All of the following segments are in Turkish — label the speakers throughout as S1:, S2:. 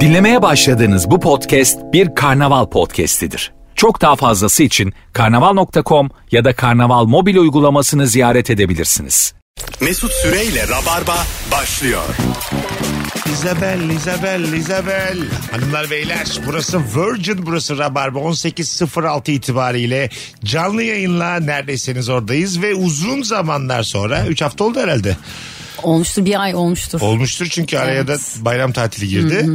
S1: Dinlemeye başladığınız bu podcast bir karnaval podcastidir. Çok daha fazlası için karnaval.com ya da karnaval mobil uygulamasını ziyaret edebilirsiniz.
S2: Mesut Süreyle Rabarba başlıyor.
S3: Isabel, Isabel, Isabel. Hanımlar beyler burası Virgin burası Rabarba 18.06 itibariyle canlı yayınla neredeyseniz oradayız ve uzun zamanlar sonra 3 hafta oldu herhalde.
S4: Olmuştur bir ay olmuştur.
S3: Olmuştur çünkü araya
S4: Evet.
S3: da bayram tatili girdi.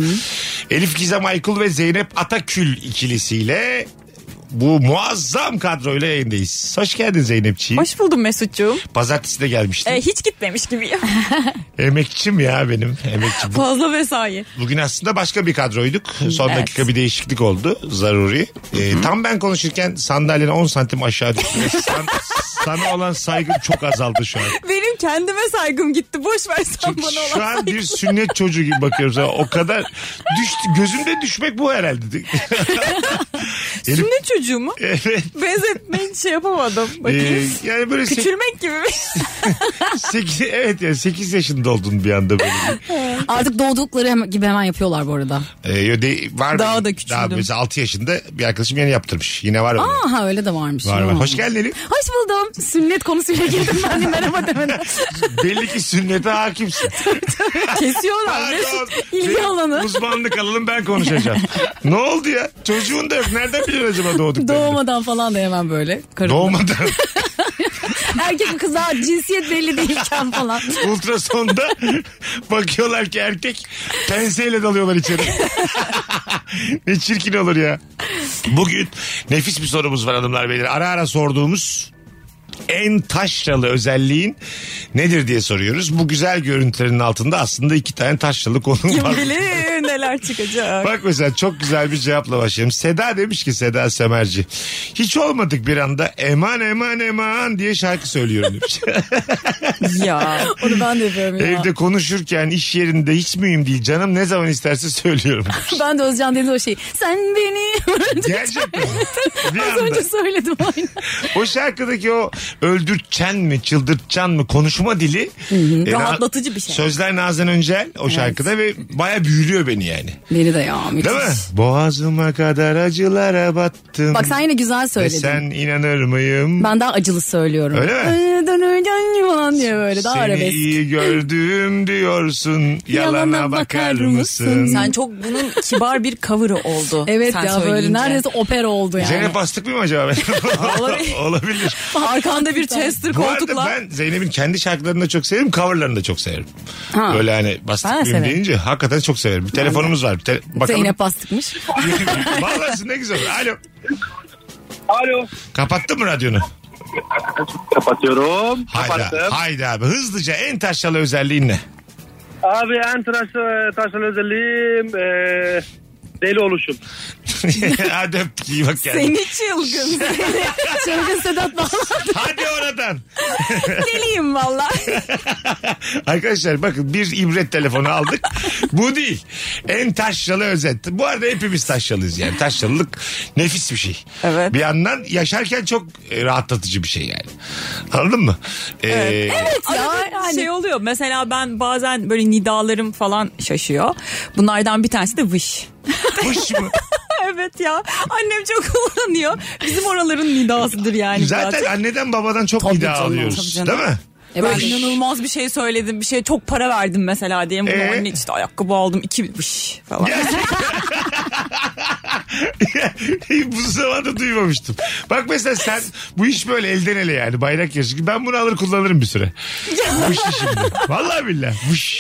S3: Elif Gizem Aykul ve Zeynep Atakül ikilisiyle bu muazzam kadroyla yayındayız. Hoş geldin Zeynepçiğim.
S5: Hoş buldum Mesut'cuğum.
S3: Pazartesi de gelmiştin.
S4: E,
S5: Ee, hiç gitmemiş gibiyim.
S3: Emekçim ya benim. Emekçim. Bu-
S5: Fazla mesai.
S3: Bugün aslında başka bir kadroyduk. Son
S5: Evet.
S3: dakika bir değişiklik oldu. Zaruri. Ee, tam ben konuşurken sandalyene 10 santim aşağı düştü. Ve san- sana olan saygım çok azaldı şu an.
S5: Benim kendime saygım gitti. Boş ver sen
S3: Çünkü
S5: bana olan
S3: şu an
S5: saygı.
S3: bir sünnet çocuğu gibi bakıyoruz. Ha, O kadar düştü. Gözümde düşmek bu herhalde. Elif,
S5: Sünnet çocuğu mu?
S3: evet.
S5: Benzetmeyi şey yapamadım. Bakayım.
S3: Ee, yani böyle sek-
S5: Küçülmek gibi mi?
S3: sekiz, evet yani 8 yaşında oldun bir anda böyle.
S4: Artık doğdukları hem- gibi hemen yapıyorlar bu arada.
S3: Ee, yo de- var
S5: Daha
S3: benim-
S5: da küçüldüm.
S3: Daha mesela 6 yaşında bir arkadaşım yeni yaptırmış. Yine var öyle.
S4: Aha öyle de varmış.
S3: var var.
S4: Ha.
S3: Hoş geldin Elif.
S4: Hoş buldum. Sünnet konusuyla girdim ben de merhaba demedim.
S3: Belli ki sünnete hakimsin.
S5: Kesiyorlar.
S3: Pardon.
S5: Mesut ilgi
S3: Benim
S5: alanı.
S3: Uzmanlık alalım ben konuşacağım. ne oldu ya? Çocuğun da yok. Nereden bilir acaba doğduklarını?
S4: Doğmadan falan da hemen böyle. Karın.
S3: Doğmadan
S4: Erkek mi kız daha cinsiyet belli değilken falan.
S3: ultrasonda bakıyorlar ki erkek penseyle dalıyorlar içeri. ne çirkin olur ya. Bugün nefis bir sorumuz var hanımlar beyler. Ara ara sorduğumuz en taşralı özelliğin nedir diye soruyoruz. Bu güzel görüntülerin altında aslında iki tane taşralı konu
S5: Kim
S3: var.
S5: bilir neler çıkacak.
S3: Bak mesela çok güzel bir cevapla başlayayım. Seda demiş ki Seda Semerci. Hiç olmadık bir anda eman eman eman diye şarkı söylüyorum demiş.
S5: ya.
S4: Onu ben de yapıyorum ya.
S3: Evde konuşurken iş yerinde hiç mühim değil canım ne zaman isterse söylüyorum.
S4: Ben de Özcan Deniz o şeyi. Sen beni
S3: Gerçekten. bir
S4: az
S3: anda.
S4: önce söyledim aynı.
S3: O şarkıdaki o öldürtçen mi çıldırtçan mı konuşma dili. e, na-
S5: Rahatlatıcı bir şey.
S3: Sözler Nazan Öncel o şarkıda ve baya büyülüyor beni yani.
S4: Beni de ya müthiş.
S3: Değil mi? Boğazıma kadar acılara battım.
S4: Bak sen yine güzel
S3: Ve
S4: söyledin.
S3: sen inanır mıyım?
S4: Ben daha acılı söylüyorum.
S3: Öyle mi?
S4: Ee, dönürgen yuvan diye böyle daha
S3: Seni
S4: arabesk.
S3: iyi gördüm diyorsun. Yalana,
S4: Yalana
S3: bakar
S4: bakar
S3: mısın?
S4: mısın?
S5: Sen çok bunun kibar bir cover'ı oldu.
S4: Evet
S5: sen
S4: ya böyle
S5: söyleyince.
S4: neredeyse opera oldu yani.
S3: Zeynep bastık mıyım acaba? Olabilir. Olabilir.
S5: Arkanda bir Chester
S3: Bu arada
S5: koltukla.
S3: ben Zeynep'in kendi şarkılarını da çok severim, coverlarını da çok severim. Böyle hani bastık
S5: Ben de
S3: mıyım
S5: severim.
S3: deyince hakikaten çok severim. Bir telefonumuz var. Bir Te- bakalım.
S4: Zeynep bastıkmış.
S3: Vallahi ne güzel. Alo.
S6: Alo.
S3: Kapattın mı radyonu?
S6: Kapatıyorum.
S3: Hayda.
S6: Kapattım.
S3: Hayda abi. Hızlıca en taşralı özelliğin ne?
S6: Abi en
S7: e,
S6: taşlı, taşlı özelliğim e, deli oluşum.
S3: Hadi öptük iyi bak kendine.
S5: Seni çılgın.
S4: Çılgın Sedat Bağlar.
S3: Hadi oradan.
S5: Deliyim valla.
S3: Arkadaşlar bakın bir ibret telefonu aldık. Bu değil. En taşralı özet. Bu arada hepimiz taşralıyız yani. Taşralılık nefis bir şey.
S5: Evet.
S3: Bir yandan yaşarken çok e, rahatlatıcı bir şey yani. Anladın mı? Ee,
S5: Arada
S4: hani
S5: şey oluyor. Mesela ben bazen böyle nidalarım falan şaşıyor. Bunlardan bir tanesi de vış.
S3: kuş mu?
S5: evet ya. Annem çok kullanıyor. Bizim oraların nidasıdır yani.
S3: Zaten anneden babadan çok vida
S4: canım,
S3: alıyoruz.
S5: Hani tabii canım.
S3: Değil mi?
S4: E
S5: ben
S4: ben de-
S5: inanılmaz bir şey söyledim. Bir şey çok para verdim mesela diye. Bunu
S3: Ee?
S5: anne işte ayakkabı aldım. iki vış falan.
S3: bu zamanda duymamıştım. Bak mesela sen bu iş böyle elden ele yani bayrak yarışı gibi. Ben bunu alır kullanırım bir süre. bu işi şimdi. Vallahi billahi. Vuş.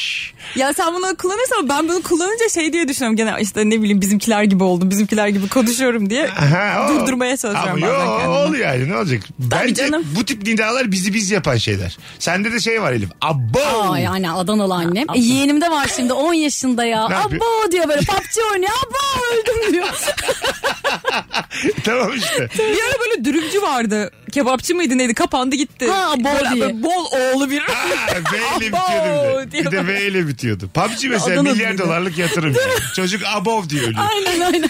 S5: Ya sen bunu kullanırsan ben bunu kullanınca şey diye düşünüyorum. Gene işte ne bileyim bizimkiler gibi oldum. Bizimkiler gibi konuşuyorum diye.
S3: Aha, o.
S5: Durdurmaya çalışıyorum
S3: Ama
S5: bazen
S3: yo,
S5: kendimi.
S3: ol yani ne olacak? Bence
S5: canım.
S3: bu tip nidalar bizi biz yapan şeyler. Sende de şey var Elif. Abo.
S4: Aa yani Adanalı annem. E, yeğenim de var şimdi 10 yaşında ya.
S3: Ne yapıyor?
S4: Abo diyor böyle PUBG oynuyor. Abo öldüm diyor.
S3: tamam işte.
S5: Bir ara böyle dürümcü vardı kebapçı mıydı neydi kapandı gitti.
S4: Ha, bol
S5: Böyle-
S4: diye.
S5: böyle bol oğlu bir.
S3: Ha, V ile bitiyordu bir de. Bir de V ile bitiyordu. PUBG mesela
S5: Adana'da
S3: milyar
S5: bir de.
S3: dolarlık yatırım. yani. Çocuk above diyor. ölüyor.
S4: Aynen aynen.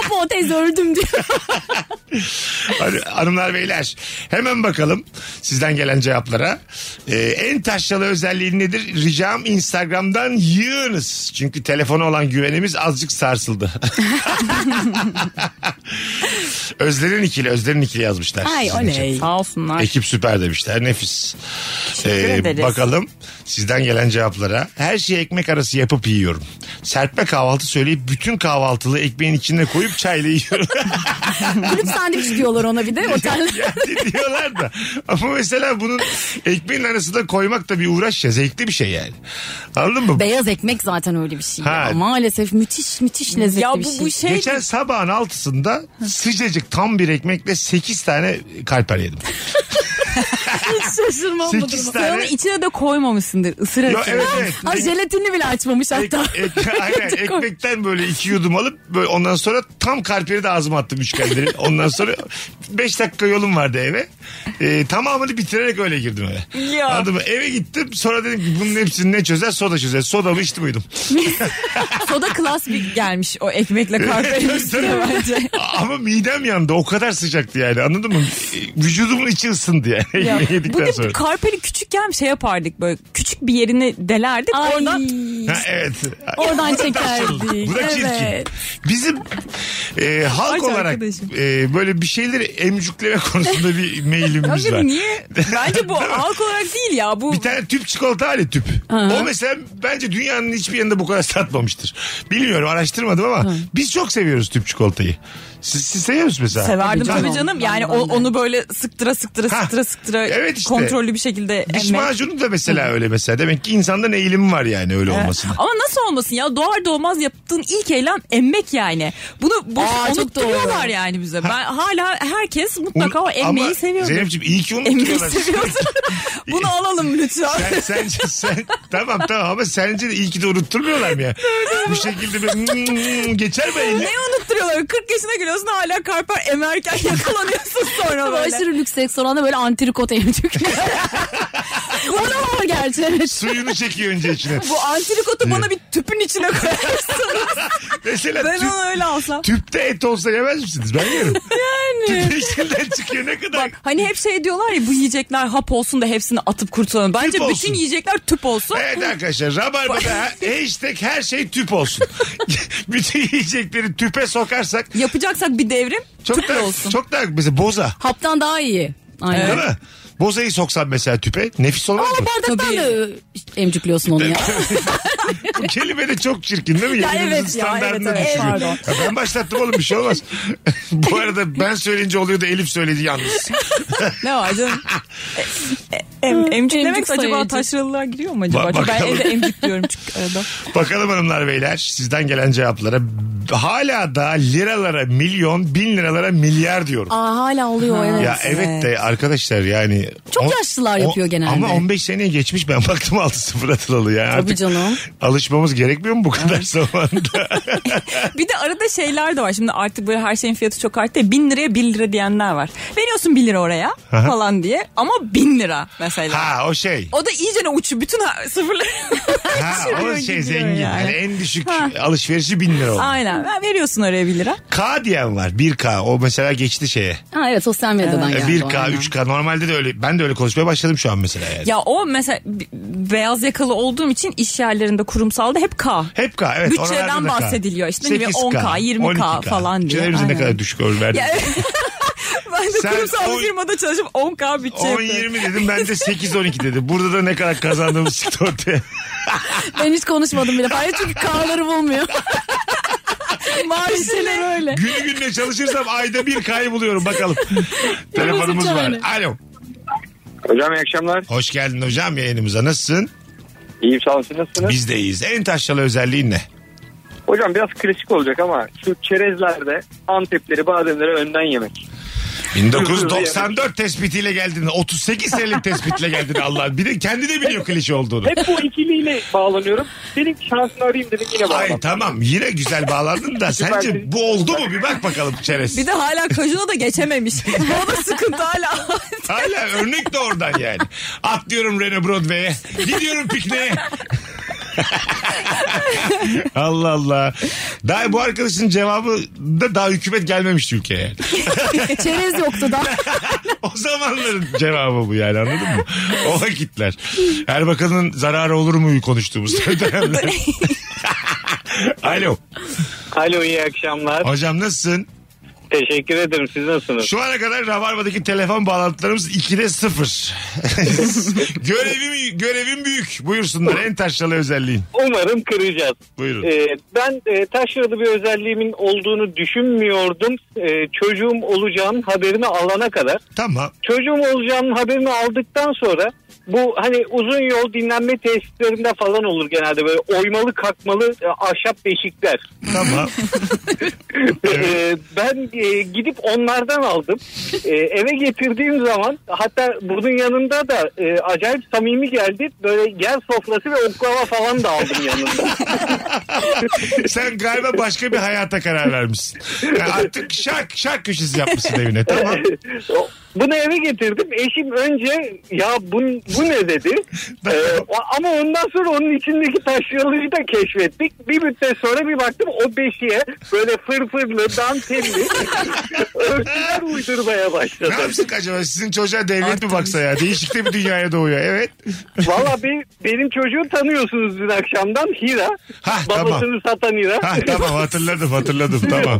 S4: Apo teyze öldüm diyor.
S3: Hadi hanımlar beyler hemen bakalım sizden gelen cevaplara. Ee, en taşralı özelliği nedir? Ricam Instagram'dan yığınız. Çünkü telefona olan güvenimiz azıcık sarsıldı. Özlerin ikili, Özlerin ikili yazmışlar.
S4: Ay
S3: sizin için.
S4: oley.
S5: Sağ olsunlar.
S3: Ekip süper demişler. Nefis. Ee,
S5: ederiz.
S3: bakalım sizden gelen cevaplara. Her şeyi ekmek arası yapıp yiyorum. Serpme kahvaltı söyleyip bütün kahvaltılı ekmeğin içine koyup çayla yiyorum.
S4: Kulüp sandviç diyorlar ona bir de otellerde.
S3: Yani diyorlar da. Ama mesela bunun ekmeğin arasında koymak da bir uğraş ya. Zevkli bir şey yani. Anladın mı?
S4: Beyaz ekmek zaten öyle bir şey.
S3: Ha.
S4: ya. Maalesef müthiş müthiş lezzetli
S5: Ya
S4: bir
S5: bu,
S4: şey.
S5: bu şey
S3: Geçen sabahın altısında sıcacık tam bir ekmekle 8 tane kalper yedim.
S4: şaşırmam bu
S3: Sekiz
S4: duruma.
S3: tane-
S5: Sen onu içine de koymamışsındır ısırarak.
S3: Yo, evet evet.
S4: Ay jelatinini bile açmamış
S3: Ek-
S4: hatta.
S3: ek- aynen, ekmekten böyle iki yudum alıp böyle ondan sonra tam kalperi de ağzıma attım üç kalperi. Ondan sonra beş dakika yolum vardı eve. Ee, tamamını bitirerek öyle girdim eve.
S5: Ya.
S3: Anladın mı? Eve gittim sonra dedim ki bunun hepsini ne çözer? Soda çözer. Sodamı içtim uyudum.
S5: Soda klas bir gelmiş o ekmekle karperin
S3: Tabii,
S5: üstüne
S3: tabii.
S5: bence.
S3: Ama midem yandı. O kadar sıcaktı yani anladın mı? Vücudumun içi ısındı yani.
S5: Ya, bu
S3: Yedikten
S5: da
S3: sonra.
S5: karpeli küçükken şey yapardık böyle küçük bir yerini delerdik
S4: Ay.
S5: oradan
S3: Ha, evet.
S4: Oradan
S3: Bu da taşralı.
S4: çekerdik.
S3: Bu da çirkin.
S4: Evet.
S3: Bizim e, halk
S5: Ay
S3: olarak
S5: arkadaşım.
S3: e, böyle bir şeyleri emcükleme konusunda bir meyilimiz var.
S5: Abi niye? Bence bu halk olarak değil ya bu.
S3: Bir tane tüp çikolata hali tüp. O mesela bence dünyanın hiçbir yerinde bu kadar satmamıştır. Bilmiyorum araştırmadım ama biz çok seviyoruz tüp çikolatayı. Siz, siz seviyor musunuz mesela?
S5: Severdim
S4: Tabii
S5: tabii
S4: canım.
S5: canım. Yani
S4: Ben de,
S5: o-
S4: ben de.
S5: onu böyle sıktıra sıktıra
S3: Ha,
S5: sıktıra sıktıra
S3: evet işte.
S5: kontrollü bir şekilde
S3: Diş
S5: emmek.
S3: macunu da mesela öyle mesela. Demek ki insanların eğilimi var yani öyle olmasına.
S5: Ama nasıl olmasın ya doğar doğmaz yaptığın ilk eylem emmek yani. Bunu bu,
S4: Aa, çok
S5: unutturuyorlar
S4: doğru.
S5: yani bize. Ben hala herkes mutlaka o
S3: Un-
S5: emmeyi
S3: ama
S5: seviyor.
S3: Zeynep'ciğim iyi ki
S5: Emmeyi
S3: unutturuyorlar.
S5: seviyorsun. Bunu alalım lütfen.
S3: Sen, sence, sen, tamam tamam ama sence de iyi ki de unutturmuyorlar mı ya? Bu şekilde bir "Hmm, hmm" geçer mi eline?
S5: Ne unutturuyorlar? 40 yaşına giriyorsun hala karper emerken yakalanıyorsun sonra
S4: Böyle.
S5: böyle.
S4: Aşırı lüks restoranda böyle antrikot emcikler. o da var gerçi evet.
S3: Suyunu çekiyor önce içine.
S5: Bu antrikotu bana bir tüpün içine koyarsın.
S3: Mesela
S5: ben
S3: tüp,
S5: onu öyle alsam.
S3: tüpte et olsa yemez misiniz? Ben yerim. Yani. Tüpün içinden çıkıyor ne kadar.
S5: Bak hani hep şey diyorlar ya bu yiyecekler hap olsun da hepsini atıp kurtulalım. Bence
S3: Tüp
S5: bütün
S3: olsun.
S5: yiyecekler tüp olsun.
S3: Evet arkadaşlar Rabarba'da hashtag her şey tüp olsun. Bütün yiyecekleri tüpe sokarsak
S5: Yapacaksak bir devrim
S3: çok
S5: tüp
S3: daha,
S5: olsun.
S3: çok daha mesela boza
S4: Haptan daha iyi. Aynen.
S3: değil mi? Bozayı soksan mesela tüpe nefis olmaz
S4: Ama
S3: mı?
S4: bardaktan
S5: Tabii.
S4: da emcikliyorsun onu ya.
S3: Bu kelime de çok çirkin değil mi? Ya
S5: evet ya,
S3: standartını
S5: evet, evet,
S3: düşürüyor.
S5: pardon.
S3: Ya ben başlattım oğlum bir şey olmaz. Bu arada ben söyleyince oluyor da Elif söyledi yalnız.
S5: Ne var canım? E, em, emcik
S4: Emcik
S5: demek acaba
S4: sayıcı.
S5: taşralılar giriyor mu acaba?
S3: Bak
S5: Çünkü ben
S3: bakalım.
S5: evde emcik diyorum çünkü arada.
S3: Bakalım hanımlar beyler sizden gelen cevaplara. Hala da liralara milyon, bin liralara milyar diyorum.
S4: Aa hala oluyor evet.
S3: Ya evet, de arkadaşlar yani.
S4: Çok yaşlılar yapıyor genelde.
S3: Ama 15 seneye geçmiş ben baktım 6-0 atılalı ya. Artık
S4: canım.
S3: Alışmamız gerekmiyor mu bu kadar zamanda?
S5: Bir de arada şeyler de var. Şimdi artık böyle her şeyin fiyatı çok arttı. ya, Bin liraya bir lira diyenler var. Veriyorsun bir lira oraya
S3: Aha.
S5: falan diye. Ama bin lira mesela.
S3: ha o şey.
S5: O da iyice ne uçu bütün ha- sıfırları.
S3: Ha, o
S5: uçuruyor
S3: şey
S5: gidiyor
S3: zengin.
S5: yani.
S3: Yani en düşük alışverişi 1000 lira oldu.
S5: Aynen. Ben veriyorsun oraya bir lira.
S3: K diyen var. 1K. O mesela geçti şeye.
S4: Ha evet sosyal medyadan
S3: E,
S4: geldi. o,
S3: 1K,
S4: aynen.
S3: 3K. Normalde de öyle. Ben de öyle konuşmaya başladım şu an mesela yani.
S5: Ya o mesela b- beyaz yakalı olduğum için iş yerlerinde kurumsalda hep K.
S3: Hep K evet.
S5: Bütçeden
S3: oralarda da K.
S5: bahsediyor. İşte ne bileyim,
S3: 8K,
S5: 10K, 20K
S3: 12K.
S5: falan diye.
S3: Şöyle bize ne
S5: Aynen.
S3: kadar düşük oy verdi.
S5: Ya evet. ben de
S3: Sen
S5: kurumsal
S3: on-
S5: bir firmada çalışıp 10K bütçe
S3: 10-20 dedim ben de 8-12 dedi. Burada da ne kadar kazandığımız çıktı ortaya.
S4: Ben hiç konuşmadım bile. Hayır çünkü karları bulmuyor. Maaşıyla öyle.
S3: Günü gününe çalışırsam ayda bir kayı buluyorum bakalım. Telefonumuz var.
S4: çare.
S3: Alo.
S6: Hocam iyi akşamlar.
S3: Hoş geldin hocam yayınımıza. Nasılsın?
S6: İyiyim sağ olun. Siz nasılsınız?
S3: Biz de iyiyiz. En taşralı özelliğin ne?
S6: Hocam biraz klasik olacak ama şu çerezlerde Antepleri bademleri önden yemek.
S3: 1994 tespitiyle geldin. 38 senelik tespitle geldin Allah. Bir de kendi de biliyor klişe olduğunu.
S6: Hep bu ikiliyle bağlanıyorum.
S7: Senin şansını arayayım dedim yine
S3: Ay
S7: bağlan.
S3: tamam yine güzel bağlandın da sence bu oldu mu bir bak bakalım çerez.
S5: Bir de hala kajuna da geçememiş. Bu da sıkıntı hala.
S3: Hala örnek de oradan yani. Atlıyorum Rene Broadway'e. Gidiyorum pikniğe. Allah Allah. Daha bu arkadaşın cevabı da daha hükümet gelmemişti ülkeye. yani.
S4: E, Çerez yoktu da.
S3: o zamanların cevabı bu yani anladın mı? O vakitler. Erbakan'ın zararı olur mu konuştuğumuz dönemler. Alo.
S7: Alo iyi akşamlar.
S3: Hocam nasılsın?
S7: Teşekkür ederim. Siz nasılsınız?
S3: Şu ana kadar Rabarba'daki telefon bağlantılarımız 2'de 0. görevim, görevim büyük. Buyursunlar en taşralı özelliğin.
S7: Umarım kıracağız.
S3: Buyurun.
S7: Ee, ben e, taşralı bir özelliğimin olduğunu düşünmüyordum. Ee, çocuğum olacağının haberini alana kadar.
S3: Tamam.
S7: Çocuğum olacağının haberini aldıktan sonra bu hani uzun yol dinlenme tesislerinde falan olur genelde böyle oymalı kakmalı e, ahşap beşikler.
S3: Tamam.
S7: Ee, ben e, gidip onlardan aldım. Ee, eve getirdiğim zaman hatta bunun yanında da e, acayip samimi geldi. Böyle yer sofrası ve oklava falan da aldım yanında.
S3: Sen galiba başka bir hayata karar vermişsin. Yani artık şark şark köşesi yapmışsın evine. Tamam.
S7: Bunu eve getirdim. Eşim önce ya bu, bu ne dedi. Ee, o- ama ondan sonra onun içindeki taşyalığı da keşfettik. Bir müddet sonra bir baktım o beşiğe böyle fırfırlı, dantelli örtüler uydurmaya başladı.
S3: Ne yapsak acaba? Sizin çocuğa devlet mi
S5: Artık-
S3: baksa ya? Değişik de bir dünyaya doğuyor. Evet.
S7: Valla be- benim çocuğu tanıyorsunuz dün akşamdan Hira.
S3: Ha,
S7: Babasını satan Hira.
S3: Ha tamam hatırladım hatırladım tamam.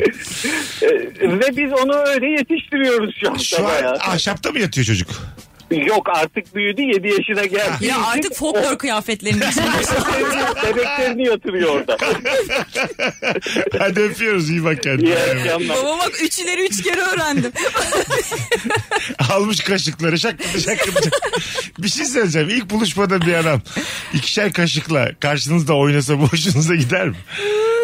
S7: Ee, Ve biz onu öyle yetiştiriyoruz şu anda.
S3: Şu an Ah.
S7: bayağı.
S3: ahşapta mı yatıyor çocuk?
S7: Yok artık büyüdü 7 yaşına geldi.
S5: ya artık folklor kıyafetlerini
S7: Bebeklerini yatırıyor orada.
S3: Hadi öpüyoruz iyi bak
S7: İyi
S3: kendine.
S7: akşamlar.
S5: Babama üç ileri üç geri öğrendim.
S3: Almış kaşıkları şakkıdı şakkıdı. bir şey söyleyeceğim. İlk buluşmada bir adam ikişer kaşıkla karşınızda oynasa bu hoşunuza gider mi?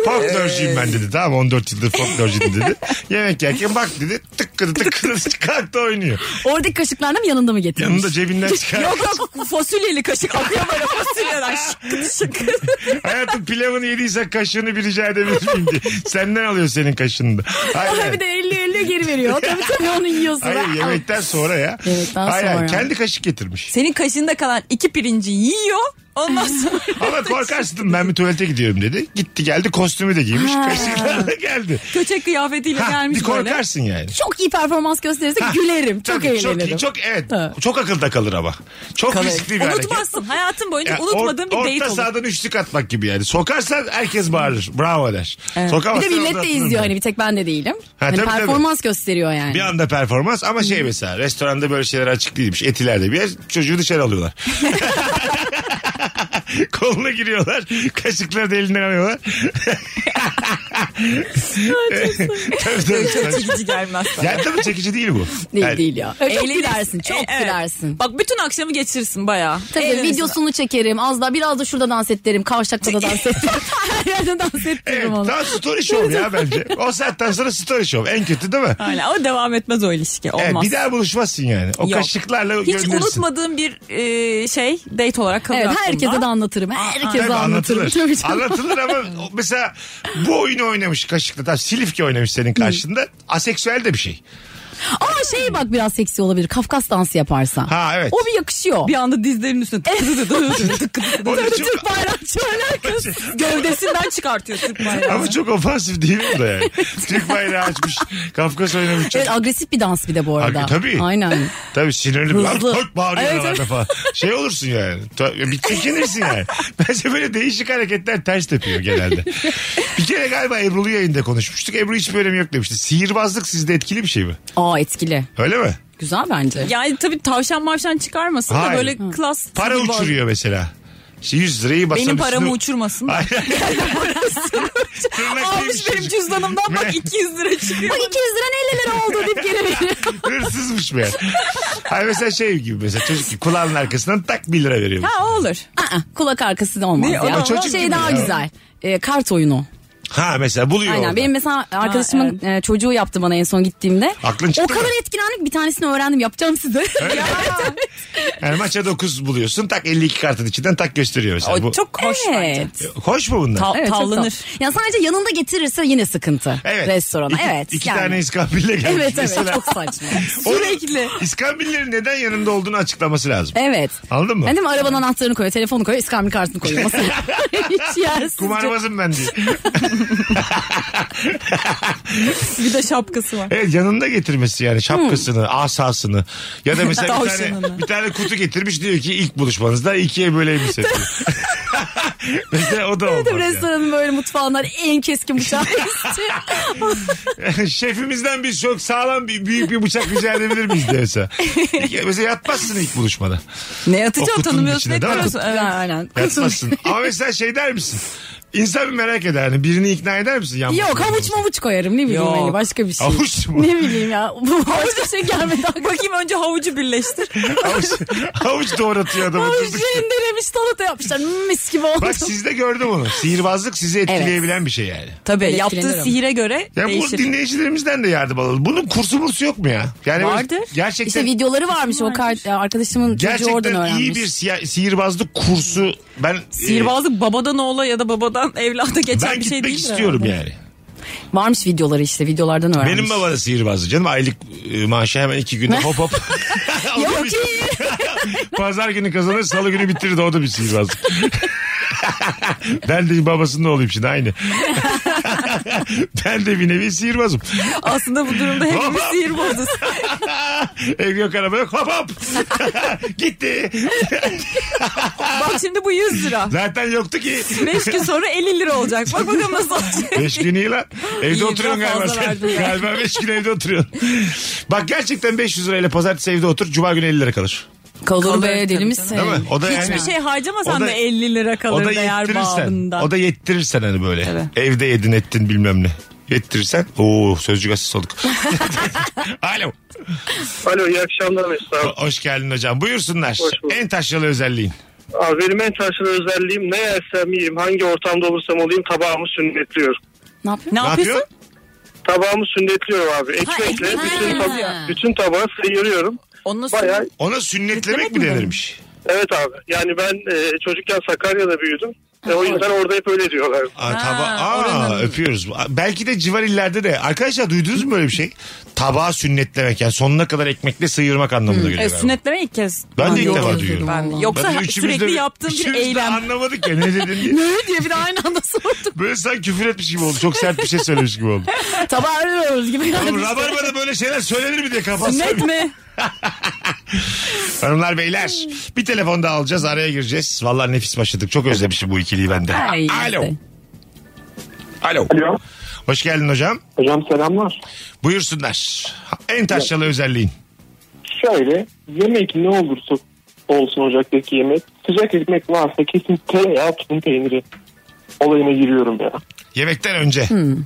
S3: Folklorcuyum ben dedi. Tamam 14 yıldır folklorcuyum dedi. Yemek yerken bak dedi tıkkıdı tıkkıdı kalktı oynuyor.
S4: Oradaki kaşıklarını mı yanında mı getirmiş?
S3: Yanında cebinden çıkar.
S5: yok yok fasulyeli kaşık akıyor böyle fasulyeden şıkır şıkır.
S3: Hayatım pilavını yediysen kaşığını bir rica edebilir miyim diye. Senden alıyor senin kaşığını da. Hayır,
S4: Ona bir de 50 50 geri veriyor. Tabii tabii onu yiyorsun.
S3: hayır
S4: Ha.
S3: yemekten sonra ya.
S4: Yemekten
S3: hayır, hayır,
S4: sonra.
S3: kendi kaşık getirmiş.
S5: Senin kaşığında kalan iki pirinci yiyor. Ondan sonra
S3: Ama korkarsın ben bir tuvalete gidiyorum dedi. Gitti geldi kostümü de giymiş. Kaşıklarla geldi.
S5: köçek kıyafetiyle
S3: Ha,
S5: gelmiş
S3: bir
S5: böyle.
S3: korkarsın yani.
S4: Çok iyi performans gösterirse
S3: Ha,
S4: gülerim. Çok
S3: tabii,
S4: eğlenirim.
S3: Çok, iyi, çok evet.
S4: Ha.
S3: Çok akılda kalır ama. Çok riskli bir hareket.
S5: Unutmazsın. Hayatın boyunca
S3: Ya, or-
S5: unutmadığın bir date
S3: Orta
S5: olur.
S3: sahadan üçlük atmak gibi yani. Sokarsan herkes bağırır. Bravo der.
S4: Bir de
S3: Sokamazsan
S4: millet
S3: ondan
S4: de
S3: sonra-
S4: izliyor hani bir tek ben de değilim. Hani
S3: tabii, tabii.
S4: performans gösteriyor yani.
S3: Bir anda performans ama şey mesela restoranda böyle şeyler açık değilmiş. Etilerde bir yer çocuğu dışarı alıyorlar. Koluna giriyorlar. Kaşıkları da elinden alıyorlar. tabii, tabii,
S5: Çok
S3: tabii.
S5: çekici gelmez.
S3: Yani tabii çekici değil bu.
S4: Değil
S3: Yani
S4: değil ya. Öyle çok
S5: Eğlenirsin.
S4: gülersin. Çok
S5: E, evet.
S4: gülersin.
S5: Bak bütün akşamı geçirirsin bayağı.
S4: Tabii
S5: Eğlenirsin.
S4: videosunu çekerim. Az daha biraz da şurada dans ettiririm. Kavşakta da dans ettiririm. Her yerde dans
S3: Evet,
S4: ettiririm onu.
S3: tam story show ya bence. O saatten sonra story show. En kötü değil mi?
S5: Aynen ama devam etmez o ilişki.
S3: Evet,
S5: Olmaz.
S3: bir daha buluşmazsın yani. O
S5: Yok.
S3: kaşıklarla
S5: Hiç
S3: gönderirsin.
S5: unutmadığım bir e, şey date olarak kalıyor
S4: Evet
S5: aklımda.
S4: herkese de anlatırım.
S3: Tabii
S4: Herkese anlatırım.
S3: anlatılır.
S4: Tabii canım.
S3: anlatılır ama o- mesela bu oyunu oynamış kaşıkla. Tam Silifke oynamış senin karşında. Aseksüel de bir şey.
S4: Ama şey bak biraz seksi olabilir. Kafkas dansı yaparsan.
S3: Ha, evet.
S4: O bir yakışıyor.
S5: Bir anda dizlerinin üstüne tıkı tıkı tıkı tıkı tıkı tıkı
S3: O da
S5: tıkı
S3: çok-
S5: Türk bayrağı çöler kız. Gövdesinden çıkartıyor Türk bayrağı.
S3: Ama çok ofansif değil mi bu da yani? Türk bayrağı açmış. Kafkas oynamış. Çok...
S4: Evet agresif bir dans bir de bu arada.
S3: Abi, tabii.
S4: Aynen.
S3: Tabii sinirli. bir-
S4: Hızlı.
S3: Çok bağırıyor
S4: Evet,
S3: oralarda
S4: evet.
S3: falan. Şey olursun yani. Ta- Bir çekinirsin yani. Bence böyle değişik hareketler ters tepiyor genelde. bir kere galiba Ebru'lu yayında konuşmuştuk. Ebru hiç bölüm yok demişti. Sihirbazlık sizde etkili bir şey mi?
S4: Aa etkili.
S3: Öyle mi?
S4: Güzel bence.
S5: Yani tabii tavşan mavşan çıkarmasın da
S3: Hayır.
S5: böyle klas.
S3: Para
S5: gibi oldu.
S3: uçuruyor mesela. İşte 100 lirayı basan
S5: Benim paramı
S3: üstüne-
S5: uçurmasın.
S3: Hayır.
S5: Almış benim cüzdanımdan bak 200 lira çıkıyor.
S4: Bak 200 lira 50 lira oldu deyip geri veriyor.
S3: Hırsızmış be. Hayır mesela şey gibi mesela çocuk gibi kulağının arkasından tak 1 lira veriyor.
S5: Ha o olur.
S4: Aa, kulak arkası da olmaz
S5: Ne, o
S4: ya.
S5: da olmaz.
S3: Çocuk
S4: şey
S3: gibi
S4: daha
S3: ya.
S4: güzel. Ee, kart oyunu.
S3: Ha mesela buluyor
S4: Aynen
S3: orada.
S4: benim mesela arkadaşımın e, çocuğu yaptı bana en son gittiğimde.
S3: Aklın çıktı
S4: o kadar
S3: mı?
S4: etkilendim bir tanesini öğrendim yapacağım size.
S3: Öyle mi? Yani maça 9 buluyorsun tak 52 kartın içinden tak gösteriyor mesela.
S5: O
S3: Bu,
S5: çok hoş bence.
S4: evet.
S3: Hoş mu bunlar?
S5: Ta-
S4: Evet, çok
S5: tavlanır.
S4: tatlı. Ya sadece yanında getirirse yine sıkıntı.
S3: Evet.
S4: Restorana.
S3: İki-
S4: evet.
S3: İki
S4: yani.
S3: tane iskambille gelmiş.
S4: Evet evet
S3: mesela.
S4: çok saçma.
S3: Onun
S4: Sürekli.
S3: İskambillerin neden yanında olduğunu açıklaması lazım.
S4: Evet.
S3: Anladın mı?
S4: Yani değil mi? Arabanın anahtarını koyuyor, telefonu koyuyor, iskambil kartını koyuyor. Masaya. Hiç yersiz.
S3: Kumarbazım ben diye.
S5: Bir de şapkası var.
S3: Evet E, yanında getirmesi yani şapkasını,
S4: Hmm.
S3: asasını ya da mesela bir tane,
S5: Tavşanını.
S3: bir tane kutu getirmiş diyor ki ilk buluşmanızda ikiye böleymiş hep. mesela o da olmaz.
S4: Tabii
S3: yani.
S4: restoranın böyle mutfağından en keskin bıçağı istiyor.
S3: Şefimizden biz çok sağlam bir, büyük bir bıçak rica edebilir miyiz diye mesela. İlk- mesela yatmazsın ilk buluşmada.
S5: Ne
S3: O
S5: atacağım
S3: kutunun
S5: tanımıyorsun
S3: içine, değil mi?
S5: etmiyorsun. Evet.
S4: Aynen.
S3: Yatmazsın. Ama mesela şey der misin? İnsan bir merak eder. Hani birini ikna eder misin? Yalnız
S4: Yok
S3: buluşmada?
S4: havuç mavuç koyarım ne bileyim
S5: Yok.
S4: hani başka bir şey.
S3: Havuç mu?
S4: Ne bileyim ya. Bu başka şey gelmedi aklıma.
S5: Bakayım önce havucu birleştir.
S3: Havuç, havuç doğratıyor adamı.
S4: Havucu
S3: durduk yere.
S4: rendelemiş salata yapmışlar. Mm, Mis gibi oldu.
S3: Bak sizde gördüm onu. Sihirbazlık sizi etkileyebilen bir şey yani.
S5: Tabii
S4: Böyle
S5: Hani yaptığı
S4: etkilenirim.
S5: sihire göre
S3: Ya bu
S5: değişir.
S3: dinleyicilerimizden de yardım alalım. Bunun kursu bursu yok mu ya? Yani böyle
S5: Vardır.
S3: Gerçekten
S4: İşte videoları varmış o kar- e, arkadaşımın çocuğu oradan
S3: gerçekten
S4: öğrenmiş.
S3: iyi bir siya- sihirbazlık kursu ben e,
S5: Sihirbazlık babadan oğla ya da babadan evlada geçen
S3: ben
S5: bir
S3: gitmek
S5: şey değil. mi?
S3: istiyorum yani.
S4: Varmış videoları işte videolardan öğrenmiş.
S3: Benim baba da sihirbazdı canım. Aylık e, maaşı hemen iki günde hop hop. O da
S4: Yok
S3: bir-
S4: iyi.
S3: Pazar günü kazanır, salı günü bitirir de o da bir sihirbazlık. ben de babasının oğluyum şimdi aynı. ben de bir nevi sihirbazım.
S5: Aslında bu durumda hepimiz
S3: Baba!
S5: sihirbazız.
S3: Ev yok araba yok hop hop. Gitti.
S5: Bak şimdi bu 100 lira.
S3: Zaten yoktu ki.
S5: 5 gün sonra 50 lira olacak. Bak bakalım nasıl olacak.
S3: Beş gün iyi lan. Evde
S5: İyi,
S3: oturuyorsun
S5: biraz
S3: galiba
S5: fazla
S3: sen.
S5: verdin ya.
S3: Galiba beş gün evde oturuyorsun. Bak gerçekten 500 lirayla pazartesi evde otur. Cuma günü 50 lira kalır.
S4: Kalır be
S5: tabii,
S4: deli
S5: tabii.
S4: misin?
S3: Değil mi? O da
S5: Hiçbir
S3: yani-
S5: şey
S3: O
S5: harcamasan
S3: da-
S5: da, 50 lira
S3: O
S5: kalır
S3: da
S5: değer
S3: yettirirsen.
S5: bağımında.
S3: O da yettirirsen hani böyle. Evde yedin ettin bilmem ne. Yettirirsen. Oo sözcük asist olduk. Alo.
S6: Alo iyi akşamlar Mesut abi.
S3: Hoş geldin hocam. Buyursunlar.
S6: Hoş bulduk.
S3: en taşralı özelliğin.
S6: Abi benim en taşlı özelliğim ne yersem yiyeyim hangi ortamda olursam olayım tabağımı sünnetliyorum.
S4: Ne yapıyorsun?
S5: ne
S3: Ne
S5: yapıyorsun?
S3: yapıyor?
S6: Tabağımı sünnetliyorum abi. Ekmekle
S4: ekmek
S6: bütün,
S4: yiyor.
S6: taba- bütün tabağı sıyırıyorum.
S5: Onun üstüne-
S6: Bayağı
S3: Ona sünnetlemek
S5: Sünnetlemek
S3: mi
S5: mi
S3: denirmiş?
S6: evet abi. Yani ben e, çocukken Sakarya'da büyüdüm. E, o yüzden orada hep öyle diyorlar.
S3: Aa, taba- Aa, öpüyoruz. Belki de civar illerde de. Arkadaşlar duydunuz mu böyle bir şey? Tabağı sünnetlemek yani sonuna kadar ekmekle sıyırmak anlamına geliyor.
S5: E,
S3: galiba.
S5: sünnetleme ilk kez.
S3: Ben de
S5: Ay,
S3: ilk defa
S5: yok.
S3: duyuyorum.
S5: Ben-
S3: Ben de
S5: yoksa
S3: üçümüz
S5: sürekli
S3: de-
S5: yaptığım bir
S3: üçümüz de
S5: eylem.
S3: anlamadık ya ne dedin diye.
S4: Ne diye bir de aynı anda sordum.
S3: Böyle sanki küfür etmiş gibi oldu. Çok sert bir şey söylemiş gibi oldu.
S4: Tabağı arıyoruz gibi.
S3: Oğlum Rabarba'da böyle şeyler söylenir mi diye kafasına.
S5: Sünnet mi?
S3: Hanımlar beyler bir telefon daha alacağız araya gireceğiz. Vallahi nefis başladık. Çok özlemişim bu ikiliyi ben de.
S4: Ay,
S3: Alo.
S4: işte.
S3: Alo.
S7: Alo.
S3: Hoş geldin hocam.
S7: Hocam selamlar.
S3: Buyursunlar. En taşralı özelliğin.
S7: Şöyle yemek ne olursa olsun ocaktaki yemek. Sıcak ekmek varsa kesin tereyağı tulum peyniri olayına giriyorum ya.
S3: Yemekten önce.
S4: Hmm.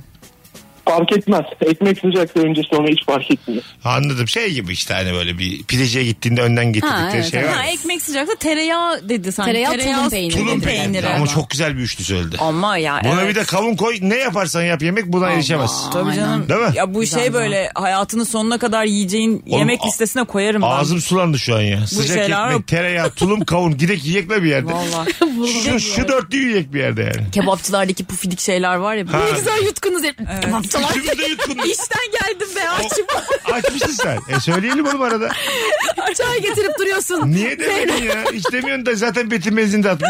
S7: Fark etmez. Ekmek sıcaksa önce sonra hiç fark etmiyor.
S3: Anladım. Şey gibi işte hani böyle bir pideciye gittiğinde önden getirdikleri
S4: Ha, evet,
S3: şey var.
S5: Ha,
S3: ya.
S5: ekmek sıcaksa tereyağı dedi sanki.
S4: Tereyağı, tulum peyniri
S3: Tulum
S4: dedi.
S3: peyniri. Ama
S5: Ama
S3: çok güzel bir üçlü söyledi.
S5: Ama ya
S3: Buna
S5: evet.
S3: bir de kavun koy ne yaparsan yap yemek buna erişemezsin.
S5: Tabii
S4: Aynen.
S5: canım.
S3: Değil mi?
S5: Ya bu şey böyle hayatının sonuna kadar yiyeceğin yemek
S3: a-
S5: listesine koyarım ben.
S3: Ağzım sulandı şu an ya. Sıcak
S5: şeyler-
S3: ekmek, tereyağı, tulum, kavun. Gidek yiyek mi bir yerde?
S5: Vallahi.
S3: Şu, şu dörtlü yiyek bir yerde yani.
S5: Kebapçılardaki pufidik şeyler var ya.
S3: Ha.
S4: Ne güzel yutkunuz. Kebapçılar.
S3: Üçümüz de yutkunduk.
S5: İşten geldim be açım.
S3: Açmışsın sen. E söyleyelim oğlum arada.
S4: Çay getirip duruyorsun.
S5: Şey-
S3: Niye demedin ya? Hiç demiyorsun da zaten Betim benzin de atmış.